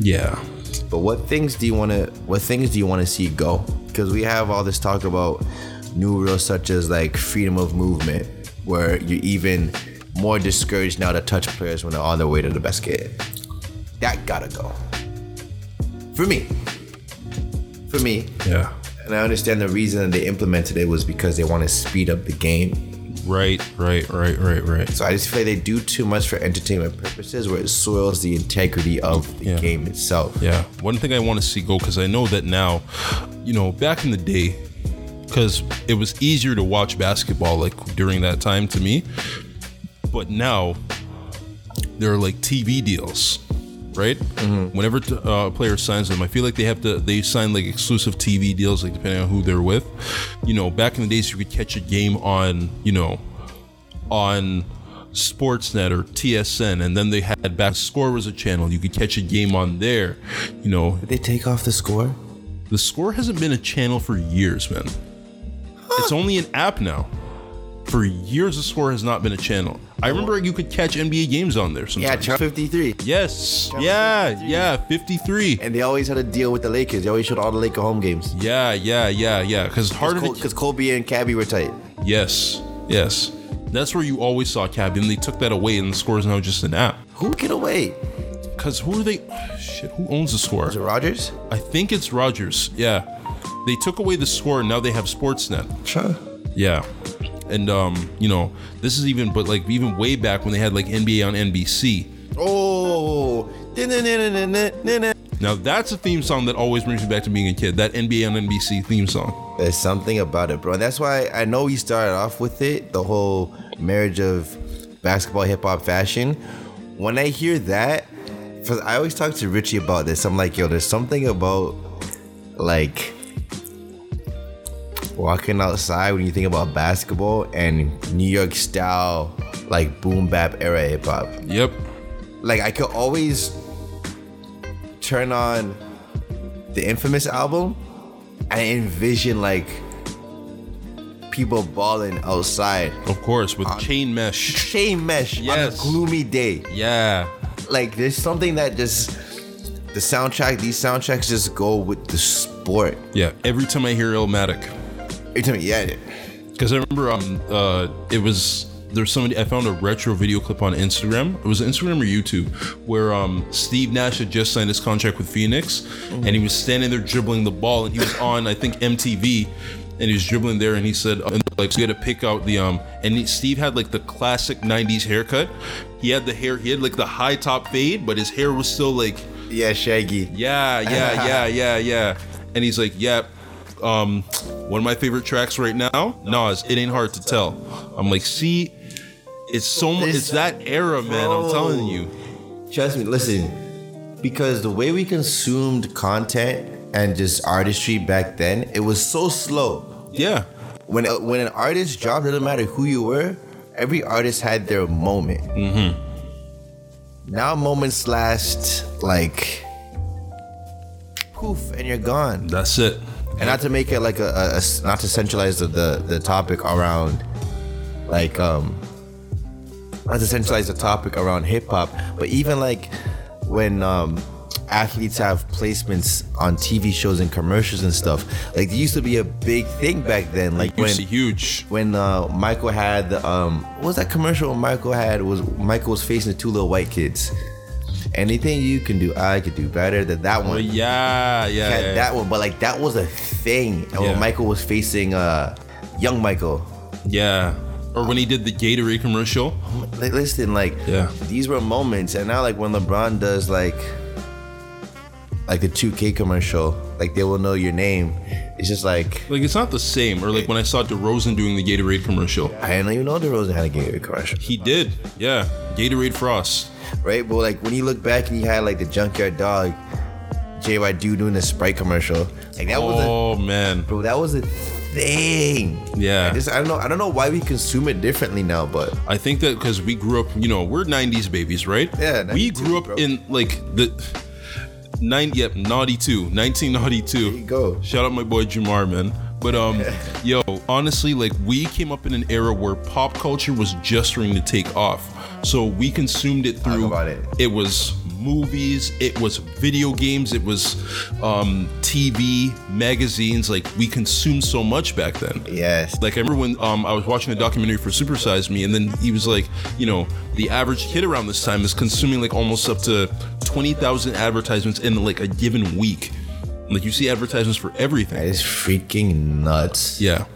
[SPEAKER 2] Yeah.
[SPEAKER 1] but what things do you want to what things do you want to see go? Because we have all this talk about new rules such as like freedom of movement, where you're even more discouraged now to touch players when they're on their way to the basket. That gotta go. For me. For me,
[SPEAKER 2] Yeah.
[SPEAKER 1] And I understand the reason they implemented it was because they want to speed up the game.
[SPEAKER 2] Right, right, right, right, right.
[SPEAKER 1] So I just feel like they do too much for entertainment purposes where it soils the integrity of the
[SPEAKER 2] Yeah.
[SPEAKER 1] game itself.
[SPEAKER 2] Yeah. One thing I want to see go because I know that now, you know, back in the day, because it was easier to watch basketball like during that time to me. But now there are like TV deals, right? Whenever t- uh, a player signs them, I feel like they have to they sign like exclusive TV deals, like depending on who they're with. You know, back in the days, you could catch a game on you know on Sportsnet or TSN, and then they had back score was a channel you could catch a game on there. You know,
[SPEAKER 1] They take off the score?
[SPEAKER 2] the score hasn't been a channel for years, man. It's only an app now. For years, the score has not been a channel. I remember you could catch NBA games on there
[SPEAKER 1] Yeah,
[SPEAKER 2] sometimes.
[SPEAKER 1] Charles 53.
[SPEAKER 2] yes. Yeah. Yeah. 53.
[SPEAKER 1] And they always had a deal with the Lakers. They always showed all the Laker home games.
[SPEAKER 2] Yeah. Yeah. Yeah. Yeah. Because part of it.
[SPEAKER 1] Because Kobe and Cabby were tight.
[SPEAKER 2] Yes. Yes. That's where you always saw Cab, and they took that away, and the score is now just an app.
[SPEAKER 1] Who get away?
[SPEAKER 2] Because who are they? Shit. Who owns the score?
[SPEAKER 1] Was it Rogers?
[SPEAKER 2] I think it's Rogers. Yeah. They took away the score and now they have Sportsnet.
[SPEAKER 1] Sure.
[SPEAKER 2] Yeah. And um, you know, this is even but like even way back when they had like NBA on NBC.
[SPEAKER 1] Oh.
[SPEAKER 2] Now that's a theme song that always brings me back to being a kid. That NBA on NBC theme song.
[SPEAKER 1] There's something about it, bro. And that's why I know we started off with it, the whole marriage of basketball, hip hop, fashion. When I hear that, 'cause I always talk to Richie about this. I'm like, yo, there's something about like walking outside when you think about basketball and New York style, like boom bap era hip hop
[SPEAKER 2] Yep.
[SPEAKER 1] like I could always turn on the infamous album and envision like people balling outside.
[SPEAKER 2] Of course, with chain mesh.
[SPEAKER 1] Chain mesh
[SPEAKER 2] Yes.
[SPEAKER 1] on a gloomy day.
[SPEAKER 2] Yeah.
[SPEAKER 1] Like there's something that just the soundtrack, these soundtracks just go with the sport.
[SPEAKER 2] Yeah. Every time I hear Illmatic.
[SPEAKER 1] You tell me, yeah.
[SPEAKER 2] Because I remember um uh it was there's somebody I found a retro video clip on Instagram. It was Instagram or YouTube where um Steve Nash had just signed his contract with Phoenix and he was standing there dribbling the ball and he was on I think MTV and he was dribbling there and he said uh, and, like so you had to pick out the um and he- Steve had like the classic 90s haircut. He had the hair he had like the high top fade but his hair was still like
[SPEAKER 1] Yeah, Shaggy.
[SPEAKER 2] yeah, yeah, yeah, yeah, yeah. And he's like, yep. Um, one of my favorite tracks right now, Nas. It ain't hard to tell. I'm like, see, it's so much. It's that era, man. I'm telling you.
[SPEAKER 1] Trust me, listen, because the way we consumed content and just artistry back then, it was so slow.
[SPEAKER 2] Yeah,
[SPEAKER 1] When uh, when an artist dropped, it doesn't matter who you were. Every artist had their moment. Mm-hmm. Now moments last like poof, and you're gone.
[SPEAKER 2] that's it.
[SPEAKER 1] and not to make it like a, a- a s- not to centralize the, the the topic around like um not to centralize the topic around hip hop, but even like when um athletes have placements on TV shows and commercials and stuff, like it used to be a big thing back then. Like
[SPEAKER 2] You
[SPEAKER 1] when
[SPEAKER 2] see huge.
[SPEAKER 1] when uh, Michael had the um, what was that commercial Michael had was Michael was facing the two little white kids. Anything you can do, I could do better than that one
[SPEAKER 2] But yeah, yeah,
[SPEAKER 1] had
[SPEAKER 2] yeah,
[SPEAKER 1] that one, but like that was a thing. And
[SPEAKER 2] Yeah.
[SPEAKER 1] when Michael was facing uh young Michael.
[SPEAKER 2] yeah. Or when he did the Gatorade commercial.
[SPEAKER 1] Like, listen, like
[SPEAKER 2] Yeah.
[SPEAKER 1] these were moments, and now like when LeBron does like like the 2K commercial, like they will know your name. It's just like
[SPEAKER 2] Like it's not the same. Or like when I saw DeRozan doing the Gatorade commercial.
[SPEAKER 1] I didn't even know DeRozan had a Gatorade commercial,
[SPEAKER 2] He did. Yeah, Gatorade Frost.
[SPEAKER 1] right? But like when you look back and you had like the Junkyard Dog, JY Dude doing the Sprite commercial, like that was a
[SPEAKER 2] Oh man.
[SPEAKER 1] bro, that was a thing.
[SPEAKER 2] Yeah.
[SPEAKER 1] I just I don't know I don't know why we consume it differently now, but
[SPEAKER 2] I think that because we grew up, you know, we're '90s babies, right?
[SPEAKER 1] Yeah,
[SPEAKER 2] We
[SPEAKER 1] 92,
[SPEAKER 2] grew up
[SPEAKER 1] bro.
[SPEAKER 2] in like the nine, yep, naughty two, 1992.
[SPEAKER 1] you go.
[SPEAKER 2] Shout out my boy Jamar, man. But um, yo, honestly, like we came up in an era where pop culture was just starting to take off, so we consumed it through.
[SPEAKER 1] about it.
[SPEAKER 2] was movies, it was video games, it was um, TV, magazines. Like we consumed so much back then.
[SPEAKER 1] Yes.
[SPEAKER 2] Like I remember when um, I was watching a documentary for Super Size Me, and then he was like, you know, the average kid around this time is consuming like almost up to twenty thousand advertisements in like a given week. Like you see advertisements for everything.
[SPEAKER 1] It's freaking nuts.
[SPEAKER 2] Yeah,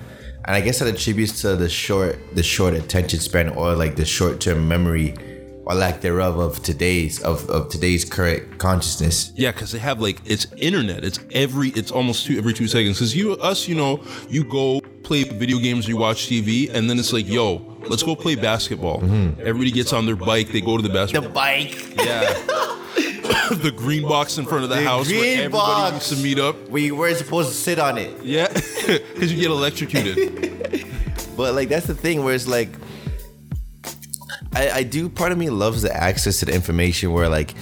[SPEAKER 1] And I guess that attributes to the short the short attention span or like the short term memory or lack thereof of today's of, of today's current consciousness.
[SPEAKER 2] yeah, because they have like it's internet. It's every. It's almost two every two seconds. Because you us, you know, you go play video games, you watch TV, and then it's like, yo, let's go play basketball. Everybody gets on their bike, they go to the basketball.
[SPEAKER 1] bike.
[SPEAKER 2] yeah. the green box in front of the,
[SPEAKER 1] The
[SPEAKER 2] house
[SPEAKER 1] green
[SPEAKER 2] where everybody
[SPEAKER 1] box.
[SPEAKER 2] used to meet up.
[SPEAKER 1] We weren't supposed to sit on it.
[SPEAKER 2] Yeah, because you get electrocuted.
[SPEAKER 1] But like that's the thing where it's like I, I do part of me loves the access to the information where like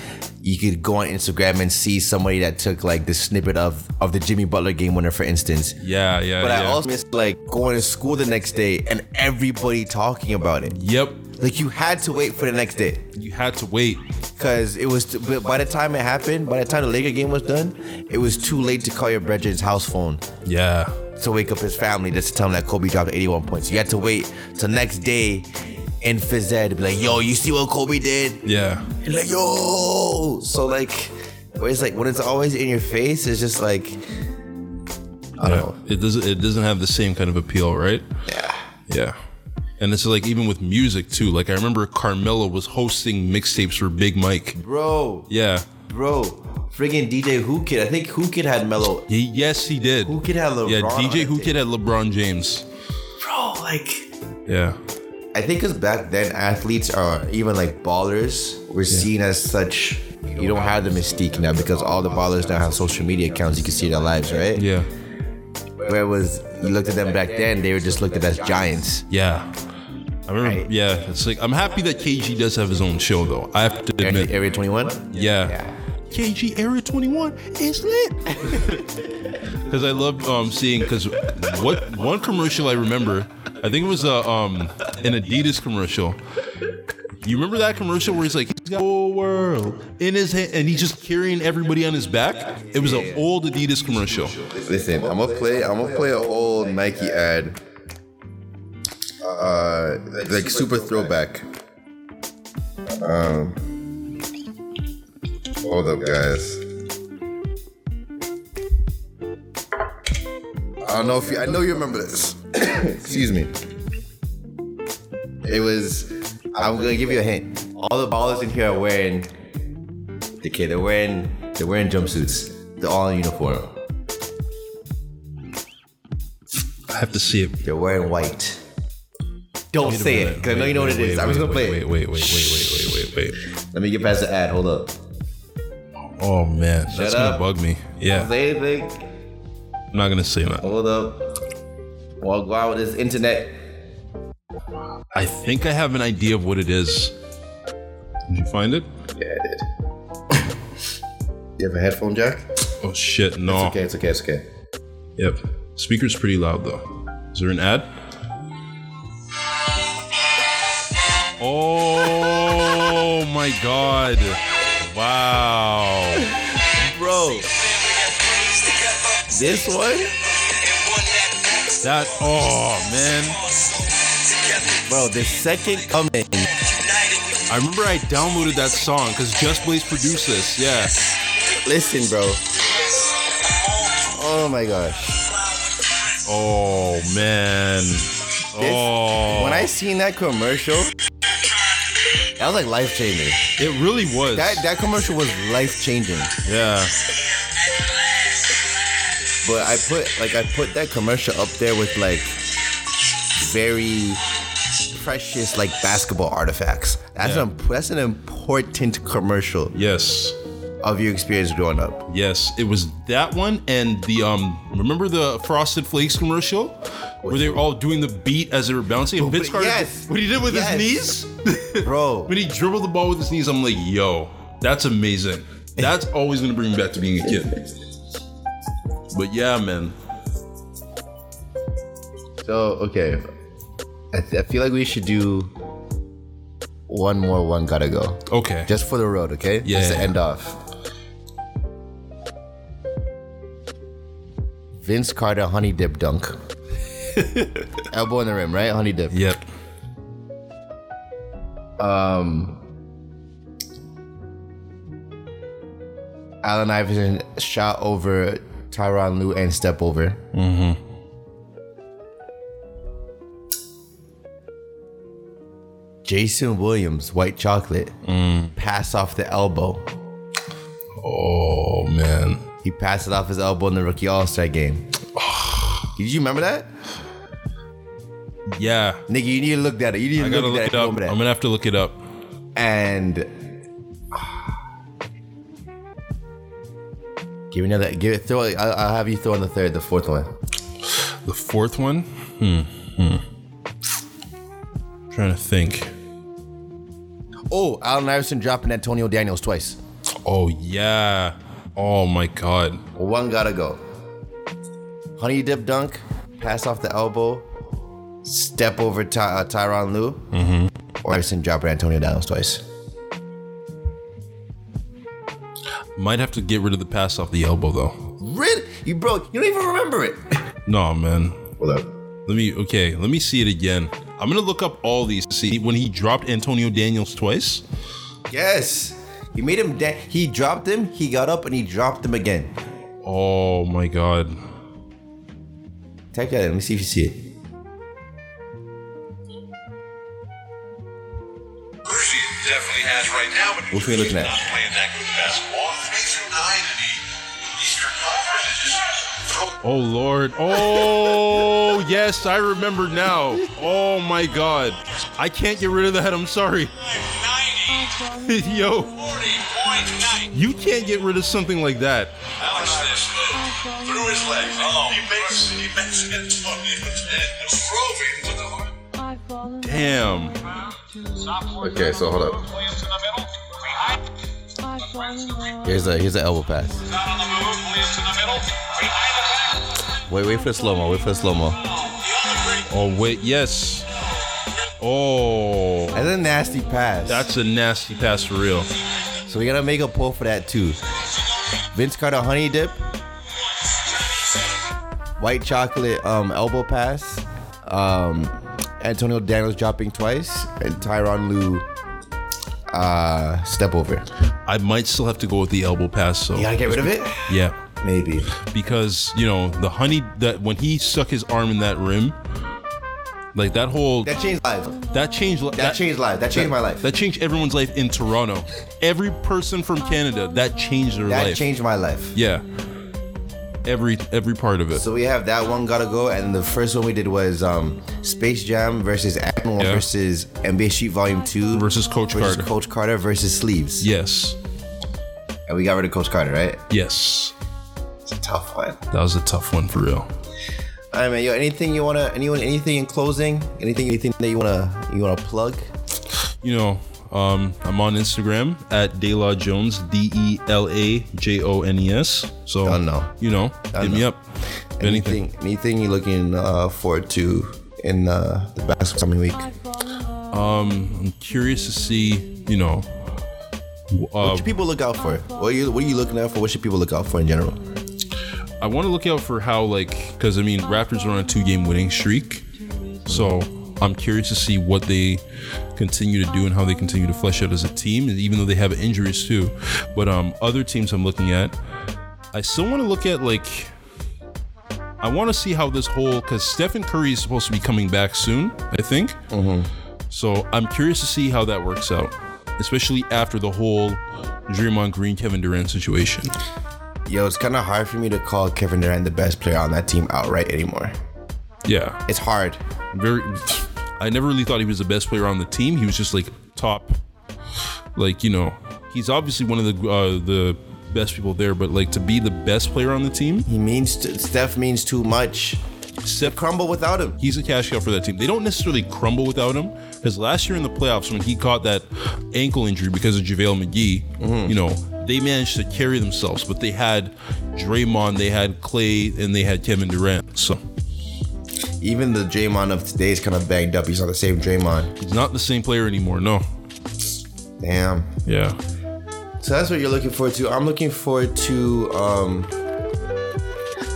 [SPEAKER 1] you could go on Instagram and see somebody that took like the snippet of of the Jimmy Butler game winner for instance.
[SPEAKER 2] yeah, yeah.
[SPEAKER 1] But I
[SPEAKER 2] yeah.
[SPEAKER 1] also miss like going to school the next day and everybody talking about it.
[SPEAKER 2] Yep,
[SPEAKER 1] Like you had to wait for the next day
[SPEAKER 2] you had to wait.
[SPEAKER 1] because it was. But by the time it happened, by the time the Laker game was done, it was too late to call your brethren's house phone
[SPEAKER 2] Yeah,
[SPEAKER 1] to wake up his family just to tell him that Kobe dropped 81 points. You had to wait till next day in phys ed to be like, "Yo, you see what Kobe did?"
[SPEAKER 2] yeah,
[SPEAKER 1] And like, "Yo," so like, where it's like when it's always in your face, it's just like, I don't know.
[SPEAKER 2] It doesn't. It doesn't have the same kind of appeal, right? Yeah, yeah. And it's like even with music too. Like I remember Carmelo was hosting mixtapes for Big Mike.
[SPEAKER 1] bro,
[SPEAKER 2] Yeah.
[SPEAKER 1] bro, friggin' DJ Who Kid. I think Who Kid had Mellow.
[SPEAKER 2] He, yes, he did.
[SPEAKER 1] Who Kid had LeBron.
[SPEAKER 2] yeah,
[SPEAKER 1] on
[SPEAKER 2] DJ
[SPEAKER 1] it,
[SPEAKER 2] Who Kid had LeBron James.
[SPEAKER 1] bro, like.
[SPEAKER 2] Yeah.
[SPEAKER 1] I think because back then athletes or even like ballers were seen as such. You don't have the mystique now because all the ballers now have social media accounts. You can see their lives, right?
[SPEAKER 2] Yeah.
[SPEAKER 1] Whereas you looked at them back then, they were just looked at as giants.
[SPEAKER 2] Yeah. I remember.
[SPEAKER 1] Right.
[SPEAKER 2] Yeah, it's like I'm happy that KG does have his own show though. I have to admit.
[SPEAKER 1] Area 21.
[SPEAKER 2] Yeah. KG Area 21 is lit. Because I love um, seeing, because what one commercial I remember, I think it was uh, um, an Adidas commercial. You remember that commercial where he's like, he's got the whole world in his hand and he's just carrying everybody on his back? It was an old Adidas commercial.
[SPEAKER 1] Listen, I'm gonna play. I'm gonna play an old Nike ad.
[SPEAKER 5] uh, like super throwback. Um, hold up, guys. I don't know if you, I know you remember this. Excuse me. It was.
[SPEAKER 1] I'm gonna give you a hint. All the ballers in here are wearing. Okay, they're wearing they're wearing jumpsuits. They're all in uniform.
[SPEAKER 2] I have to see it.
[SPEAKER 1] They're wearing white. Don't say it, because I know you know what it is. I'm just gonna play
[SPEAKER 2] Wait,
[SPEAKER 1] it.
[SPEAKER 2] wait, wait, wait, wait, wait, wait, wait.
[SPEAKER 1] Let me get past the ad. Hold up.
[SPEAKER 2] Oh man, that's gonna
[SPEAKER 1] up.
[SPEAKER 2] bug me. Yeah,
[SPEAKER 1] Say anything.
[SPEAKER 2] I'm not gonna say that.
[SPEAKER 1] Hold up. Well, go out with this internet.
[SPEAKER 2] I think I have an idea of what it is. Did you find it?
[SPEAKER 5] Yeah, I did. you have a headphone jack?
[SPEAKER 2] Oh shit, no.
[SPEAKER 5] Okay, it's okay, it's okay.
[SPEAKER 2] Yep. Speaker's pretty loud though. Is there an ad? Oh my god. Wow.
[SPEAKER 1] Bro, this one?
[SPEAKER 2] That oh man.
[SPEAKER 1] Bro, the second coming.
[SPEAKER 2] I remember I downloaded that song because Just Blaze produced this. Yeah.
[SPEAKER 1] Listen, bro. Oh my gosh.
[SPEAKER 2] Oh man. oh
[SPEAKER 1] When I seen that commercial, that was like life changing.
[SPEAKER 2] Oh. it really was.
[SPEAKER 1] That that commercial was life changing.
[SPEAKER 2] yeah.
[SPEAKER 1] But I put like I put that commercial up there with like very precious like basketball artifacts. That's
[SPEAKER 2] Yeah.
[SPEAKER 1] an that's an important commercial
[SPEAKER 2] Yes.
[SPEAKER 1] of your experience growing up.
[SPEAKER 2] Yes, it was that one and the um. Remember the Frosted Flakes commercial where they were all doing the beat as they were bouncing. And Vince Carter,
[SPEAKER 1] Oh, yes.
[SPEAKER 2] what he did with
[SPEAKER 1] Yes.
[SPEAKER 2] his knees,
[SPEAKER 1] Bro.
[SPEAKER 2] when he dribbled the ball with his knees, I'm like, yo, that's amazing. That's always gonna bring me back to being a kid. But yeah, man,
[SPEAKER 1] So okay, I, th- I feel like we should do one more. One gotta go.
[SPEAKER 2] okay,
[SPEAKER 1] Just for the road, okay?
[SPEAKER 2] Yeah,
[SPEAKER 1] Just to
[SPEAKER 2] yeah,
[SPEAKER 1] end off. Vince Carter honey dip dunk. Elbow in the rim, right? Honey dip.
[SPEAKER 2] yep,
[SPEAKER 1] Allen Iverson shot over Tyron Lue and step over. Mm-hmm. Jason Williams, white chocolate,
[SPEAKER 2] Mm.
[SPEAKER 1] pass off the elbow.
[SPEAKER 2] oh man,
[SPEAKER 1] He passed it off his elbow in the rookie All Star game. Did you remember that?
[SPEAKER 2] yeah,
[SPEAKER 1] Nigga, you need to look that up. You need to
[SPEAKER 2] I gotta
[SPEAKER 1] look,
[SPEAKER 2] look
[SPEAKER 1] that
[SPEAKER 2] it up.
[SPEAKER 1] Remember that.
[SPEAKER 2] I'm gonna have to look it up.
[SPEAKER 1] and give me another. Give it. Throw. it- I'll, I'll have you throw in the third, the fourth one.
[SPEAKER 2] The fourth one? Hmm. hmm. Trying to think.
[SPEAKER 1] Oh, Allen Iverson dropping Antonio Daniels twice.
[SPEAKER 2] Oh yeah. Oh my god.
[SPEAKER 1] One gotta go. Honey dip dunk, pass off the elbow, step over Ty- uh, Tyron Lue,
[SPEAKER 5] Mm-hmm.
[SPEAKER 1] or Iverson dropping Antonio Daniels twice.
[SPEAKER 2] Might have to get rid of the pass off the elbow though.
[SPEAKER 1] Really? You broke. You don't even remember it.
[SPEAKER 2] No man.
[SPEAKER 5] Hold up.
[SPEAKER 2] Let me okay, let me see it again. I'm gonna look up all these. See when he dropped Antonio Daniels twice?
[SPEAKER 1] Yes. He made him. Da- he dropped him. He got up and he dropped him again.
[SPEAKER 2] Oh my god.
[SPEAKER 1] Type that in. Let me see if you see it.
[SPEAKER 6] Brucey definitely has right now, but
[SPEAKER 1] What we looking at?
[SPEAKER 6] he's not playing that good basketball. Three through nine in the Eastern Conference is just throw
[SPEAKER 2] Oh lord. Oh yes, I remember now. Oh my god. I can't get rid of that. I'm sorry.
[SPEAKER 6] 90,
[SPEAKER 2] Yo,
[SPEAKER 6] 40.9.
[SPEAKER 2] you can't get rid of something like that.
[SPEAKER 6] How much this move? Through his legs. Oh, he makes he makes Antonio Daniels roving with the heart.
[SPEAKER 2] Damn.
[SPEAKER 5] Okay, so hold up.
[SPEAKER 6] Williams in the middle. Behind.
[SPEAKER 1] Here's a here's an elbow pass.
[SPEAKER 6] Not on the move. Williams in the middle. Behind the back.
[SPEAKER 1] Wait, wait for the slow mo. Wait for the slow mo.
[SPEAKER 6] The other great
[SPEAKER 2] Oh wait, yes. Oh,
[SPEAKER 1] That's a nasty pass.
[SPEAKER 2] that's a nasty pass for real.
[SPEAKER 1] so we gotta make a pull for that too. Vince Carter honey dip, white chocolate um elbow pass, um Antonio Daniels dropping twice, and Tyron Lue uh, step over.
[SPEAKER 2] I might still have to go with the elbow pass. So
[SPEAKER 1] You gotta get rid of it?
[SPEAKER 2] yeah,
[SPEAKER 1] Maybe.
[SPEAKER 2] because you know the honey that when he stuck his arm in that rim, like that whole
[SPEAKER 1] That changed lives.
[SPEAKER 2] that changed li-
[SPEAKER 1] That changed lives. That changed my life.
[SPEAKER 2] That changed everyone's life in Toronto. Every person from Canada that changed their
[SPEAKER 1] That
[SPEAKER 2] life.
[SPEAKER 1] changed my life.
[SPEAKER 2] yeah, every every part of it.
[SPEAKER 1] So we have that one gotta go, and the first one we did was um, Space Jam versus Animal
[SPEAKER 2] Yeah.
[SPEAKER 1] versus NBA Street Volume Two
[SPEAKER 2] Versus Coach
[SPEAKER 1] versus
[SPEAKER 2] Carter.
[SPEAKER 1] Coach Carter versus Sleeves.
[SPEAKER 2] yes,
[SPEAKER 1] And we got rid of Coach Carter, right?
[SPEAKER 2] yes,
[SPEAKER 1] It's a tough one.
[SPEAKER 2] that was a tough one for real.
[SPEAKER 1] All right, man. Yo, anything you wanna, anyone, anything in closing? Anything, anything that you wanna, you wanna plug?
[SPEAKER 2] you know, um, I'm on Instagram at Dayla Jones, D E L A J O N E S. So,
[SPEAKER 1] Don't know.
[SPEAKER 2] you know, hit me
[SPEAKER 1] know.
[SPEAKER 2] up. If anything.
[SPEAKER 1] anything, anything you're looking uh, forward to in uh, the basketball coming week?
[SPEAKER 2] I'm curious to see, you know, w- uh,
[SPEAKER 1] What should people look out for? What are you, what are you looking out for? What should people look out for in general?
[SPEAKER 2] I want to look out for how, like, because I mean, Raptors are on a two game winning streak. So, I'm curious to see what they continue to do and how they continue to flesh out as a team, and even though they have injuries too. But um, other teams I'm looking at, I still want to look at like I want to see how this whole because Stephen Curry is supposed to be coming back soon, I think. So I'm curious to see how that works out, especially after the whole Draymond Green Kevin Durant situation.
[SPEAKER 1] Yo, it's kind of hard for me to call Kevin Durant the best player on that team outright anymore.
[SPEAKER 2] Yeah,
[SPEAKER 1] It's hard.
[SPEAKER 2] very. I never really thought he was the best player on the team. He was just like top, like you know, he's obviously one of the uh, the best people there. But like to be the best player on the team,
[SPEAKER 1] He means to, Steph means too much.
[SPEAKER 2] Steph
[SPEAKER 1] Crumble without him.
[SPEAKER 2] he's a cash cow for that team. They don't necessarily crumble without him because last year in the playoffs when he caught that ankle injury because of JaVale McGee, you know, they managed to carry themselves, but they had Draymond, they had Clay, and they had Kevin Durant. So
[SPEAKER 1] Even the Draymond of today is kind of banged up. He's not the same Draymond.
[SPEAKER 2] he's not the same player anymore. No.
[SPEAKER 1] Damn.
[SPEAKER 2] Yeah.
[SPEAKER 1] So that's what you're looking forward to. I'm looking forward to um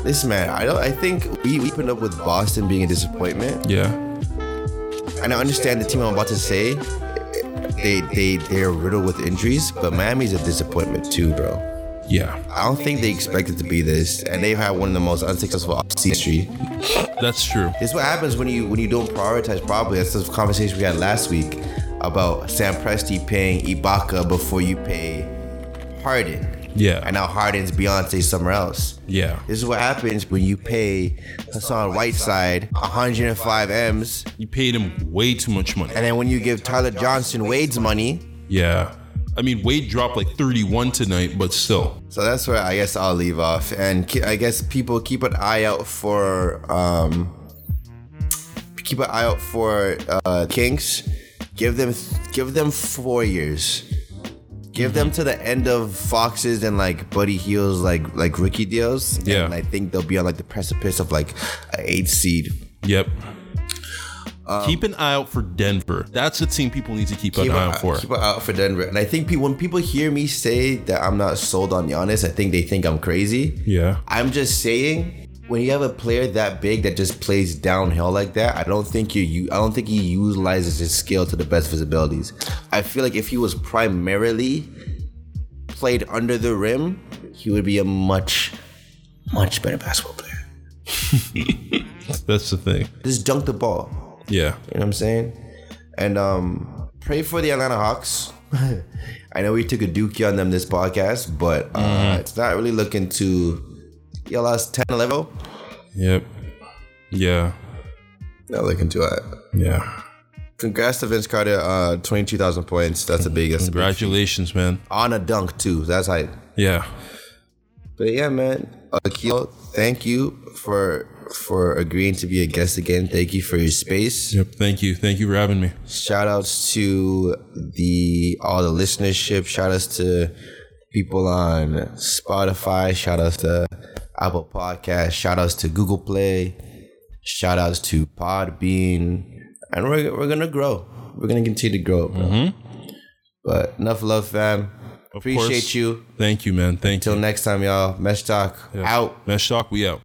[SPEAKER 1] this man. I don't. I think we we opened up with Boston being a disappointment,
[SPEAKER 2] Yeah.
[SPEAKER 1] and I understand the team I'm about to say. They they they're riddled with injuries, but Miami's a disappointment too, bro.
[SPEAKER 2] Yeah.
[SPEAKER 1] I don't think they expected to be this, and they've had one of the most unsuccessful offseason history.
[SPEAKER 2] That's true.
[SPEAKER 1] This is what happens when you when you don't prioritize properly. That's the conversation we had last week about Sam Presti paying Ibaka before you pay Harden,
[SPEAKER 2] Yeah.
[SPEAKER 1] and now Harden's Beyonce somewhere else.
[SPEAKER 2] Yeah.
[SPEAKER 1] This is what happens when you pay Hassan Whiteside 105 M's,
[SPEAKER 2] You paid him way too much money.
[SPEAKER 1] and then when you give Tyler Johnson Wade's money.
[SPEAKER 2] Yeah. I mean, Wade dropped like 31 tonight, but still.
[SPEAKER 1] So that's where I guess I'll leave off, and ke- I guess people keep an eye out for um, keep an eye out for uh, Kings. Give them give them four years. Give them
[SPEAKER 2] Mm-hmm.
[SPEAKER 1] to the end of Foxes and like Buddy Heels like like rookie deals.
[SPEAKER 2] Yeah.
[SPEAKER 1] and I think they'll be on like the precipice of like an eight seed.
[SPEAKER 2] Yep. Um, keep an eye out for Denver. That's a team people need to keep,
[SPEAKER 1] Keep
[SPEAKER 2] an
[SPEAKER 1] an,
[SPEAKER 2] eye
[SPEAKER 1] eye,
[SPEAKER 2] out for.
[SPEAKER 1] keep an eye out for Denver, and I think pe- when people hear me say that I'm not sold on Giannis, I think they think I'm crazy.
[SPEAKER 2] Yeah.
[SPEAKER 1] I'm just saying, when you have a player that big that just plays downhill like that, I don't think you, you I don't think he utilizes his skill to the best of his abilities. I feel like if he was primarily played under the rim, he would be a much, much better basketball player.
[SPEAKER 2] That's the thing.
[SPEAKER 1] Just dunk the ball.
[SPEAKER 2] Yeah.
[SPEAKER 1] You know what I'm saying? And um, pray for the Atlanta Hawks. I know we took a dookie on them this podcast, but uh, it's not really looking to. You lost 10 level?
[SPEAKER 2] Yep. Yeah.
[SPEAKER 1] Not looking too hot.
[SPEAKER 2] Yeah.
[SPEAKER 1] Congrats to Vince Carter, uh, twenty-two thousand points. That's a big. That's a big.
[SPEAKER 2] Congratulations, man.
[SPEAKER 1] On a dunk too. That's hype.
[SPEAKER 2] Yeah.
[SPEAKER 1] But yeah, man, Akil, thank you for for agreeing to be a guest again. Thank you for your space.
[SPEAKER 2] Yep. Thank you. Thank you for having me.
[SPEAKER 1] Shout outs to the all the listenership. Shout outs to people on Spotify. Shout outs to Apple Podcast. Shout outs to Google Play. Shout outs to Podbean. And we're, we're gonna grow. We're gonna continue to grow. bro. But enough love, fam. Appreciate
[SPEAKER 2] course.
[SPEAKER 1] you.
[SPEAKER 2] Thank you, man. Thank
[SPEAKER 1] Till
[SPEAKER 2] you.
[SPEAKER 1] next time, y'all. Mesh Talk out.
[SPEAKER 2] Mesh Talk, we out.